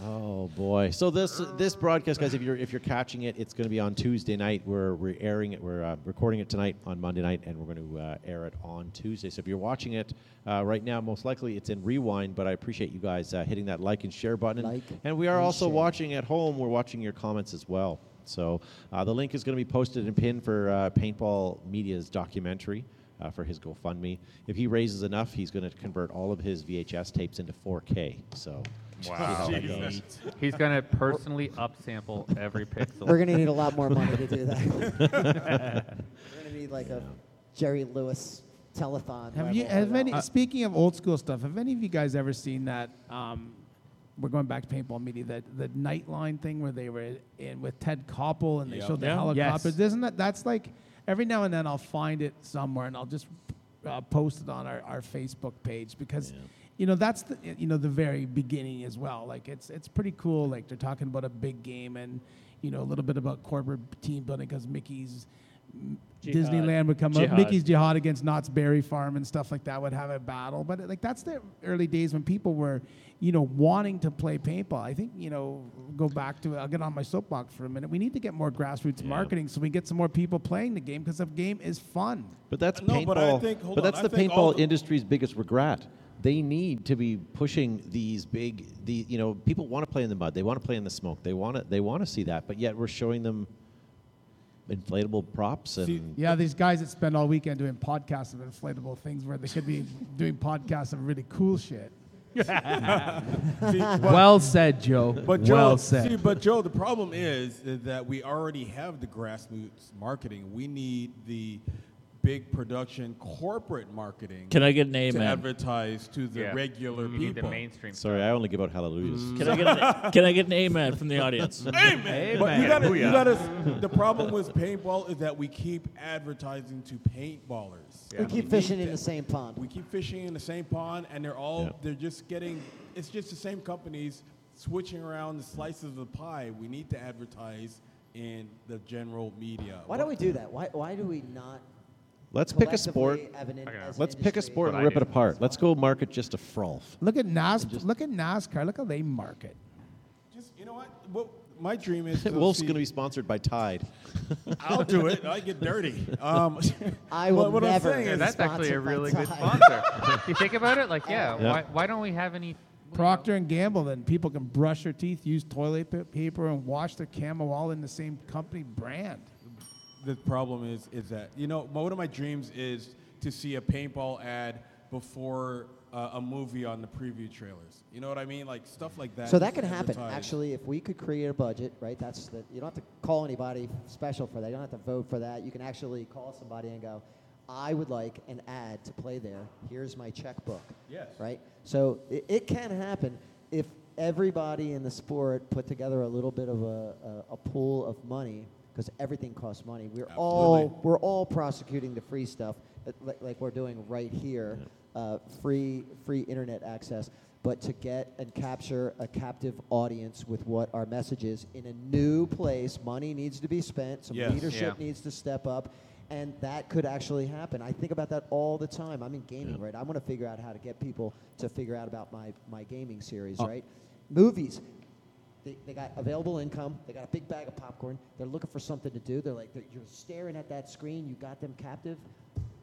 Speaker 1: Oh boy! So this this broadcast, guys, if you're if you're catching it, it's going to be on Tuesday night. We're we're airing it. We're uh, recording it tonight on Monday night, and we're going to uh, air it on Tuesday. So if you're watching it uh, right now, most likely it's in rewind. But I appreciate you guys uh, hitting that like and share button.
Speaker 7: Like
Speaker 1: and we are
Speaker 7: and
Speaker 1: also
Speaker 7: share.
Speaker 1: watching at home. We're watching your comments as well. So uh, the link is going to be posted and pinned for uh, Paintball Media's documentary. Uh, for his GoFundMe, if he raises enough, he's going to convert all of his VHS tapes into 4K. So, wow,
Speaker 5: He's gonna personally upsample every pixel.
Speaker 7: We're gonna need a lot more money to do that. We're gonna need like a Jerry Lewis telethon.
Speaker 12: Have
Speaker 7: level
Speaker 12: you? Have
Speaker 7: for
Speaker 12: any?
Speaker 7: that.
Speaker 12: speaking of old school stuff, have any of you guys ever seen that? Um, we're going back to paintball media. That the Nightline thing where they were in with Ted Koppel and they
Speaker 6: Yep.
Speaker 12: showed the
Speaker 5: Yeah. Yes.
Speaker 12: helicopters. Isn't that? That's like
Speaker 4: every now and then I'll find it somewhere and I'll just uh, post it on our, our Facebook page because you know that's the you know the very beginning as well. Like it's it's pretty cool. Like they're talking about a big game and you know a little bit about corporate team building because Mickey's. m-
Speaker 12: Jihad.
Speaker 4: Disneyland would come up.
Speaker 12: Jihad.
Speaker 4: Mickey's Jihad against Knott's Berry Farm and stuff like that would have a battle. But like that's the early days when people were, you know, wanting to play paintball. I think you know, go back to I'll get on my soapbox for a minute. We need to get more grassroots marketing so we get some more people playing the game because the game is fun.
Speaker 1: But that's
Speaker 4: No,
Speaker 1: paintball.
Speaker 4: but I think- hold on,
Speaker 1: that's
Speaker 4: I
Speaker 1: the
Speaker 4: think all
Speaker 1: paintball
Speaker 4: the-
Speaker 1: industry's biggest regret. They need to be pushing these big. The you know people want to play in the mud. They want to play in the smoke. They want to. They want to see that. But yet we're showing them inflatable props and
Speaker 4: Yeah, these guys that spend all weekend doing podcasts of inflatable things where they could be doing podcasts of really cool shit.
Speaker 6: See, but-
Speaker 2: Well said, Joe.
Speaker 6: But Joe,
Speaker 2: Well said.
Speaker 6: see, but Joe, the problem is, is that we already have the grassroots marketing. We need the big production corporate marketing.
Speaker 3: Can I get an amen?
Speaker 6: To advertise to the
Speaker 3: Yeah.
Speaker 6: regular
Speaker 5: You
Speaker 6: people.
Speaker 5: need the mainstream
Speaker 1: Sorry, I only give out hallelujahs.
Speaker 4: Mm.
Speaker 3: Can I get an, can I get an amen from the audience?
Speaker 6: Amen. But you gotta, you gotta, the problem with paintball is that we keep advertising to paintballers.
Speaker 7: We keep fishing in the same pond.
Speaker 6: We keep fishing in the same pond, and they're all
Speaker 7: Yeah.
Speaker 6: they're just getting. It's just the same companies switching around the slices of the pie. We need to advertise in the general media.
Speaker 7: Why don't we do that? Why, why do we not?
Speaker 1: Let's pick a sport.
Speaker 7: collectively have an in- as an
Speaker 1: Let's pick a
Speaker 7: industry?
Speaker 1: sport and rip it apart. Let's go market just a frolf.
Speaker 4: Look at NAS. Look at NASCAR. Look how they market.
Speaker 6: Just you know what? What my dream is.
Speaker 1: Wolf's
Speaker 6: see-
Speaker 1: going to be sponsored by Tide.
Speaker 6: I'll do it. I get dirty. Um,
Speaker 7: I
Speaker 6: but
Speaker 7: will
Speaker 6: what
Speaker 7: never
Speaker 6: I'm saying
Speaker 5: Yeah,
Speaker 6: is
Speaker 5: that's actually a really good
Speaker 7: Tide.
Speaker 5: sponsor. if you think about it, like, yeah,
Speaker 6: Yeah.
Speaker 5: Why, why don't we have any?
Speaker 4: Procter and Gamble, then people can brush their teeth, use toilet pa- paper, and wash their camel all in the same company brand.
Speaker 6: the problem is is that you know my- one of my dreams is to see a paintball ad before uh, a movie on the preview trailers. You know what I mean? Like stuff like that.
Speaker 7: So that
Speaker 6: just
Speaker 7: could happen.
Speaker 6: advertise.
Speaker 7: Actually, if we could create a budget, right? That's the, you don't have to call anybody special for that. You don't have to vote for that. You can actually call somebody and go, "I would like an ad to play there. Here's my checkbook."
Speaker 6: Yes.
Speaker 7: Right. So it, it can happen if everybody in the sport put together a little bit of a, a, a pool of money because everything costs money. We're all we're all prosecuting the free stuff uh, li- like we're doing right here, uh, free free internet access. But to get and capture a captive audience with what our message is in a new place, money needs to be spent. Some
Speaker 6: Yes.
Speaker 7: leadership
Speaker 6: Yeah.
Speaker 7: needs to step up, and that could actually happen. I think about that all the time. I'm in gaming, right? I want to figure out how to get people to figure out about my my gaming series,
Speaker 6: Uh,
Speaker 13: Oh.
Speaker 7: right? Movies, they, they got available income. They got a big bag of popcorn. They're looking for something to do. They're like, they're, you're staring at that screen. You got them captive.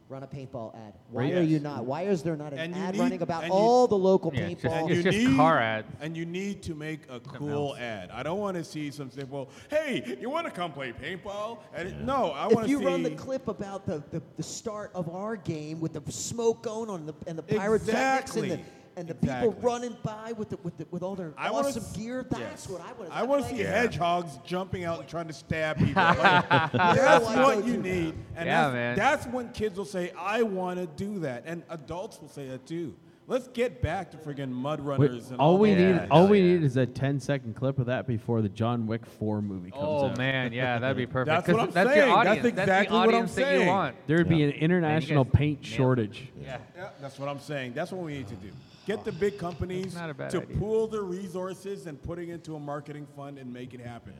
Speaker 7: Run a paintball ad. Why
Speaker 6: Right.
Speaker 7: are you
Speaker 6: Yes.
Speaker 7: not? Why is there not an
Speaker 6: And you
Speaker 7: ad
Speaker 6: need-
Speaker 7: running about
Speaker 6: and you-
Speaker 7: all the local
Speaker 6: Yeah, it's just-
Speaker 7: paintball?
Speaker 6: it's You just need- car
Speaker 5: ads.
Speaker 6: And you need to make a cool
Speaker 5: else.
Speaker 6: ad. I don't want to see some simple, hey, you want to come play paintball? And it- No, I want
Speaker 7: if
Speaker 6: to
Speaker 7: you
Speaker 6: see.
Speaker 7: run the clip about the, the, the start of our game with the smoke going on and the, and the pyrotechnics and the,
Speaker 6: Exactly.
Speaker 7: and the people
Speaker 6: Exactly.
Speaker 7: running by with the, with the, with all their
Speaker 6: I wanna
Speaker 7: awesome
Speaker 6: s-
Speaker 7: gear,
Speaker 6: yes.
Speaker 7: that's what I want to.
Speaker 6: I want to see hedgehogs jumping out and trying to stab people. Like, that's
Speaker 7: Oh, I go
Speaker 6: what you
Speaker 7: to
Speaker 6: need. And
Speaker 5: Yeah,
Speaker 6: that's,
Speaker 5: man.
Speaker 6: that's when kids will say, I want to do that. And adults will say that too. Let's get back to friggin' mud
Speaker 2: Wait,
Speaker 6: runners. and
Speaker 2: all we
Speaker 6: that
Speaker 2: need,
Speaker 6: jazz.
Speaker 2: all we need, is a 10-second clip of that before the John Wick 4 movie comes
Speaker 5: Oh
Speaker 2: out.
Speaker 5: man, yeah, that'd be perfect.
Speaker 6: That's
Speaker 5: 'cause
Speaker 6: what I'm
Speaker 5: that's
Speaker 6: saying.
Speaker 5: Your
Speaker 6: That's
Speaker 5: audience.
Speaker 6: exactly
Speaker 5: the
Speaker 6: what I'm
Speaker 5: audience that
Speaker 6: saying.
Speaker 5: you want.
Speaker 2: There would be
Speaker 5: Yeah.
Speaker 2: an
Speaker 5: And you guys
Speaker 2: international paint
Speaker 5: nailed it.
Speaker 2: shortage.
Speaker 6: Yeah. that's what I'm saying. That's what we need to do. Get the big companies
Speaker 5: not a bad
Speaker 6: to
Speaker 5: idea.
Speaker 6: pool their resources and put it into a marketing fund and make it happen.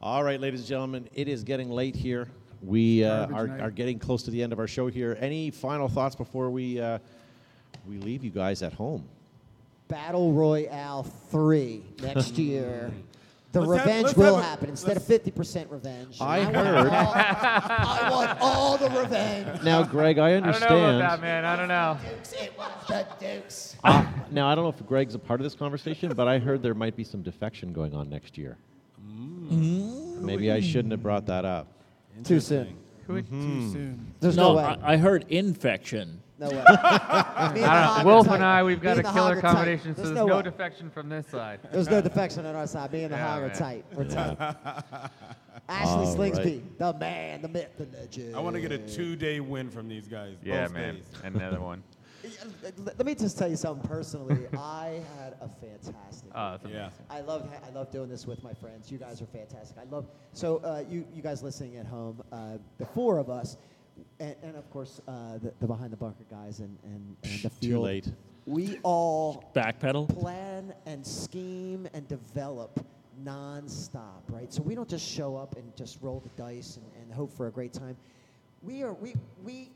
Speaker 1: All right, ladies and gentlemen, it is getting late here. We uh,
Speaker 6: Garbage
Speaker 1: are,
Speaker 6: night.
Speaker 1: are getting close to the end of our show here. Any final thoughts before we uh, we leave you guys at home?
Speaker 7: Battle Royale three next year. The
Speaker 1: Let's have-
Speaker 7: revenge
Speaker 1: let's
Speaker 7: will
Speaker 1: have a-
Speaker 7: happen instead of fifty percent revenge.
Speaker 1: I
Speaker 7: want
Speaker 1: heard-
Speaker 7: all- I want all the revenge.
Speaker 1: Now, Greg, I
Speaker 5: I don't know
Speaker 1: understand.
Speaker 5: about that, man. I don't know.
Speaker 7: Dukes, it was the Dukes.
Speaker 1: Ah, now, I don't know if Greg's a part of this conversation, but I heard there might be some defection going on next year.
Speaker 6: Mm.
Speaker 1: Maybe I shouldn't have brought that up.
Speaker 7: Too soon.
Speaker 6: Mm-hmm.
Speaker 1: Mhm.
Speaker 7: There's
Speaker 3: no,
Speaker 7: no way.
Speaker 3: I, I heard infection.
Speaker 7: No way.
Speaker 5: I don't know. Wolf and I, we've got a killer combination, so
Speaker 7: There's
Speaker 5: there's
Speaker 7: no
Speaker 5: no,
Speaker 7: way.
Speaker 5: defection from this side.
Speaker 7: There's no defection on our side. Me and the
Speaker 5: Yeah,
Speaker 7: hog are
Speaker 5: man.
Speaker 7: tight. We're
Speaker 5: Yeah.
Speaker 7: tight. Ashley
Speaker 6: All right.
Speaker 7: Slingsby, the man, the myth, the legend.
Speaker 6: I want to get a two day win from these guys.
Speaker 5: Yeah,
Speaker 6: both
Speaker 5: man.
Speaker 6: days.
Speaker 5: Another one.
Speaker 7: let me just tell you something personally. I had a fantastic.
Speaker 5: Oh, that's
Speaker 7: weekend.
Speaker 5: amazing.
Speaker 7: I love ha- I love doing this with my friends. You guys are fantastic. I love so uh, you you guys listening at home, uh, the four of us, and, and of course uh, the, the behind the bunker guys and and, and the
Speaker 1: Too
Speaker 7: field.
Speaker 1: late.
Speaker 7: We all
Speaker 3: Backpedal.
Speaker 7: plan and scheme and develop nonstop, right? So we don't just show up and just roll the dice and, and hope for a great time. We are we we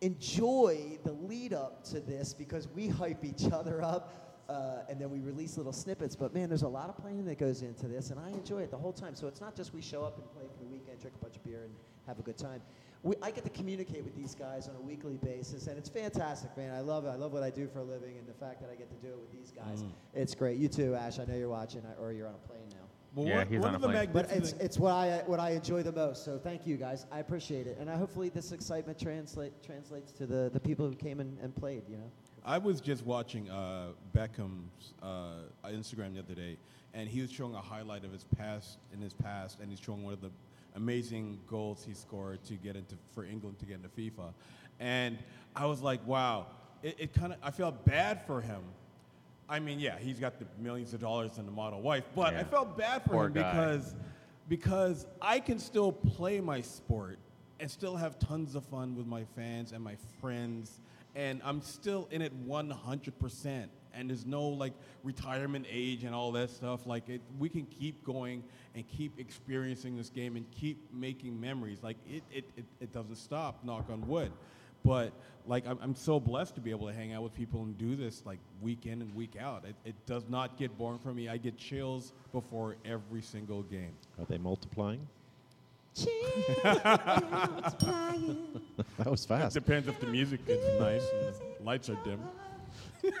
Speaker 7: enjoy the lead up to this because we hype each other up uh, and then we release little snippets. But man, there's a lot of planning that goes into this, and I enjoy it the whole time. So it's not just we show up and play for the weekend, drink a bunch of beer, and have a good time. We, I get to communicate with these guys on a weekly basis, and it's fantastic, man. I love it. I love what I do for a living, and the fact that I get to do it with these guys,
Speaker 1: Mm.
Speaker 7: it's great. You too, Ash. I know you're watching, I- or you're on a plane now.
Speaker 6: Well, Yeah, one- he's one on of a the plane.
Speaker 7: But
Speaker 6: magnificent-
Speaker 7: it's, it's what I what I enjoy the most. So thank you guys. I appreciate it, and I hopefully this excitement translate translates to the, the people who came and, and played. You know.
Speaker 6: I was just watching uh, Beckham's uh, Instagram the other day, and he was showing a highlight of his past in his past, and he's showing one of the amazing goals he scored to get into for England to get into FIFA, and I was like, wow, it, it kind of I felt bad for him. I mean, yeah, he's got the millions of dollars and the model wife, but I
Speaker 5: Yeah.
Speaker 6: felt bad for
Speaker 5: Poor
Speaker 6: him
Speaker 5: guy.
Speaker 6: because because I can still play my sport and still have tons of fun with my fans and my friends, and I'm still in it 100%. And there's no like retirement age and all that stuff. Like it, we can keep going and keep experiencing this game and keep making memories. Like it, it, it, it doesn't stop. Knock on wood. But like I'm, I'm so blessed to be able to hang out with people and do this like week in and week out. It, it does not get boring for me. I get chills before every single game.
Speaker 1: Are they multiplying?
Speaker 6: that
Speaker 1: was fast.
Speaker 6: It depends if the music is nice and the lights are dim.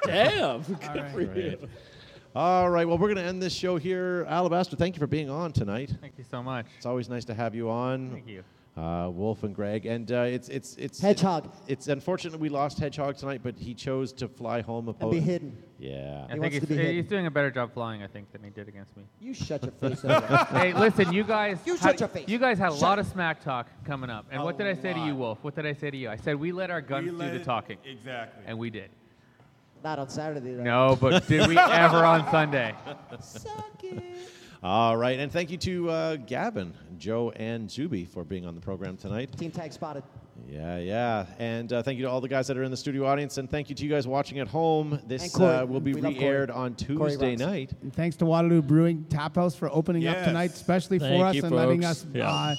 Speaker 3: Damn, good for you.
Speaker 1: All right. Well, we're going to end this show here. Alabaster, thank you for being on tonight.
Speaker 5: Thank you so much.
Speaker 1: It's always nice to have you on.
Speaker 5: Thank you.
Speaker 1: Uh, Wolf and Greg, and uh, it's it's it's
Speaker 7: Hedgehog.
Speaker 1: it's unfortunate we lost Hedgehog tonight, but he chose to fly home. opposed-
Speaker 7: hidden.
Speaker 1: Yeah.
Speaker 5: I think he's, he's doing a better job flying, I think, than he did against me.
Speaker 7: You shut your face.
Speaker 5: hey, listen, you guys.
Speaker 7: You
Speaker 5: had,
Speaker 7: shut your face.
Speaker 5: You guys had a
Speaker 7: Shut
Speaker 5: lot
Speaker 7: it.
Speaker 5: of smack talk coming up, and
Speaker 7: A
Speaker 5: what did I say to you,
Speaker 7: lot.
Speaker 5: Wolf? What did I say to you? I said we let our guns
Speaker 6: We
Speaker 5: do
Speaker 6: let
Speaker 5: the
Speaker 6: it-
Speaker 5: talking.
Speaker 6: Exactly.
Speaker 5: And we did.
Speaker 7: Not on Saturday. Though.
Speaker 5: No, but did we ever on Sunday?
Speaker 1: All right, and thank you to uh, Gavin, Joe, and Zuby for being on the program tonight.
Speaker 7: Team tag spotted.
Speaker 1: Yeah, yeah. And uh, thank you to all the guys that are in the studio audience, and thank you to you guys watching at home.
Speaker 7: And
Speaker 1: This
Speaker 7: Corey.
Speaker 1: uh, will be
Speaker 7: We love
Speaker 1: re
Speaker 7: Corey.
Speaker 1: aired on
Speaker 7: Corey
Speaker 1: Tuesday
Speaker 7: rocks.
Speaker 1: night. Oh
Speaker 12: And thanks to Waterloo Brewing Tap House for opening up
Speaker 1: Yes.
Speaker 12: tonight, especially
Speaker 1: Thank
Speaker 12: for us
Speaker 1: you,
Speaker 12: and letting
Speaker 1: folks.
Speaker 12: us
Speaker 1: Yeah.
Speaker 12: uh,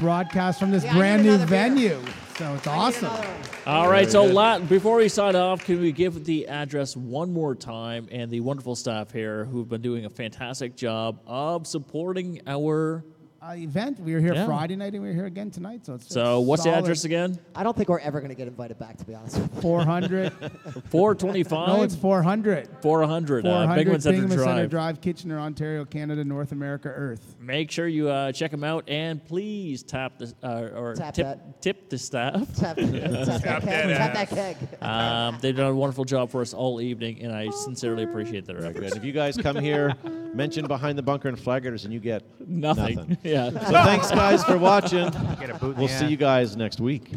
Speaker 12: broadcast from this
Speaker 7: Yeah, I need
Speaker 12: brand new
Speaker 7: another beer.
Speaker 12: venue. So it's awesome.
Speaker 3: All right, so la- before we sign off, can we give the address one more time and the wonderful staff here who've been doing a fantastic job of supporting our.
Speaker 12: Uh, event. We were here
Speaker 3: Yeah.
Speaker 12: Friday night and we were here again tonight. So it's
Speaker 3: So,
Speaker 12: it's
Speaker 3: what's the
Speaker 12: solid.
Speaker 3: address again?
Speaker 7: I don't think we're ever going to get invited back, to be honest. with you.
Speaker 12: 400.
Speaker 3: 425?
Speaker 12: No, it's 400.
Speaker 3: 400. uh,
Speaker 12: 400
Speaker 3: Binghamton Center
Speaker 12: Bingham Center
Speaker 3: Drive.
Speaker 12: Drive, Kitchener, Ontario, Canada, North America, Earth.
Speaker 3: Make sure you uh, check them out and please tap the uh, or
Speaker 12: Tap
Speaker 3: tip
Speaker 12: that.
Speaker 3: tip the staff.
Speaker 7: Tap- tap that keg, tap that keg.
Speaker 3: Um, they've done a wonderful job for us all evening, and I sincerely appreciate their
Speaker 1: Very
Speaker 3: efforts.
Speaker 1: good. If you guys come here, mention behind the bunker and flaggers, and you get
Speaker 3: Nothing. Yeah.
Speaker 1: So thanks, guys, for watching.
Speaker 5: Get a boot in
Speaker 1: we'll
Speaker 5: the
Speaker 1: see
Speaker 5: ass.
Speaker 1: you guys next week.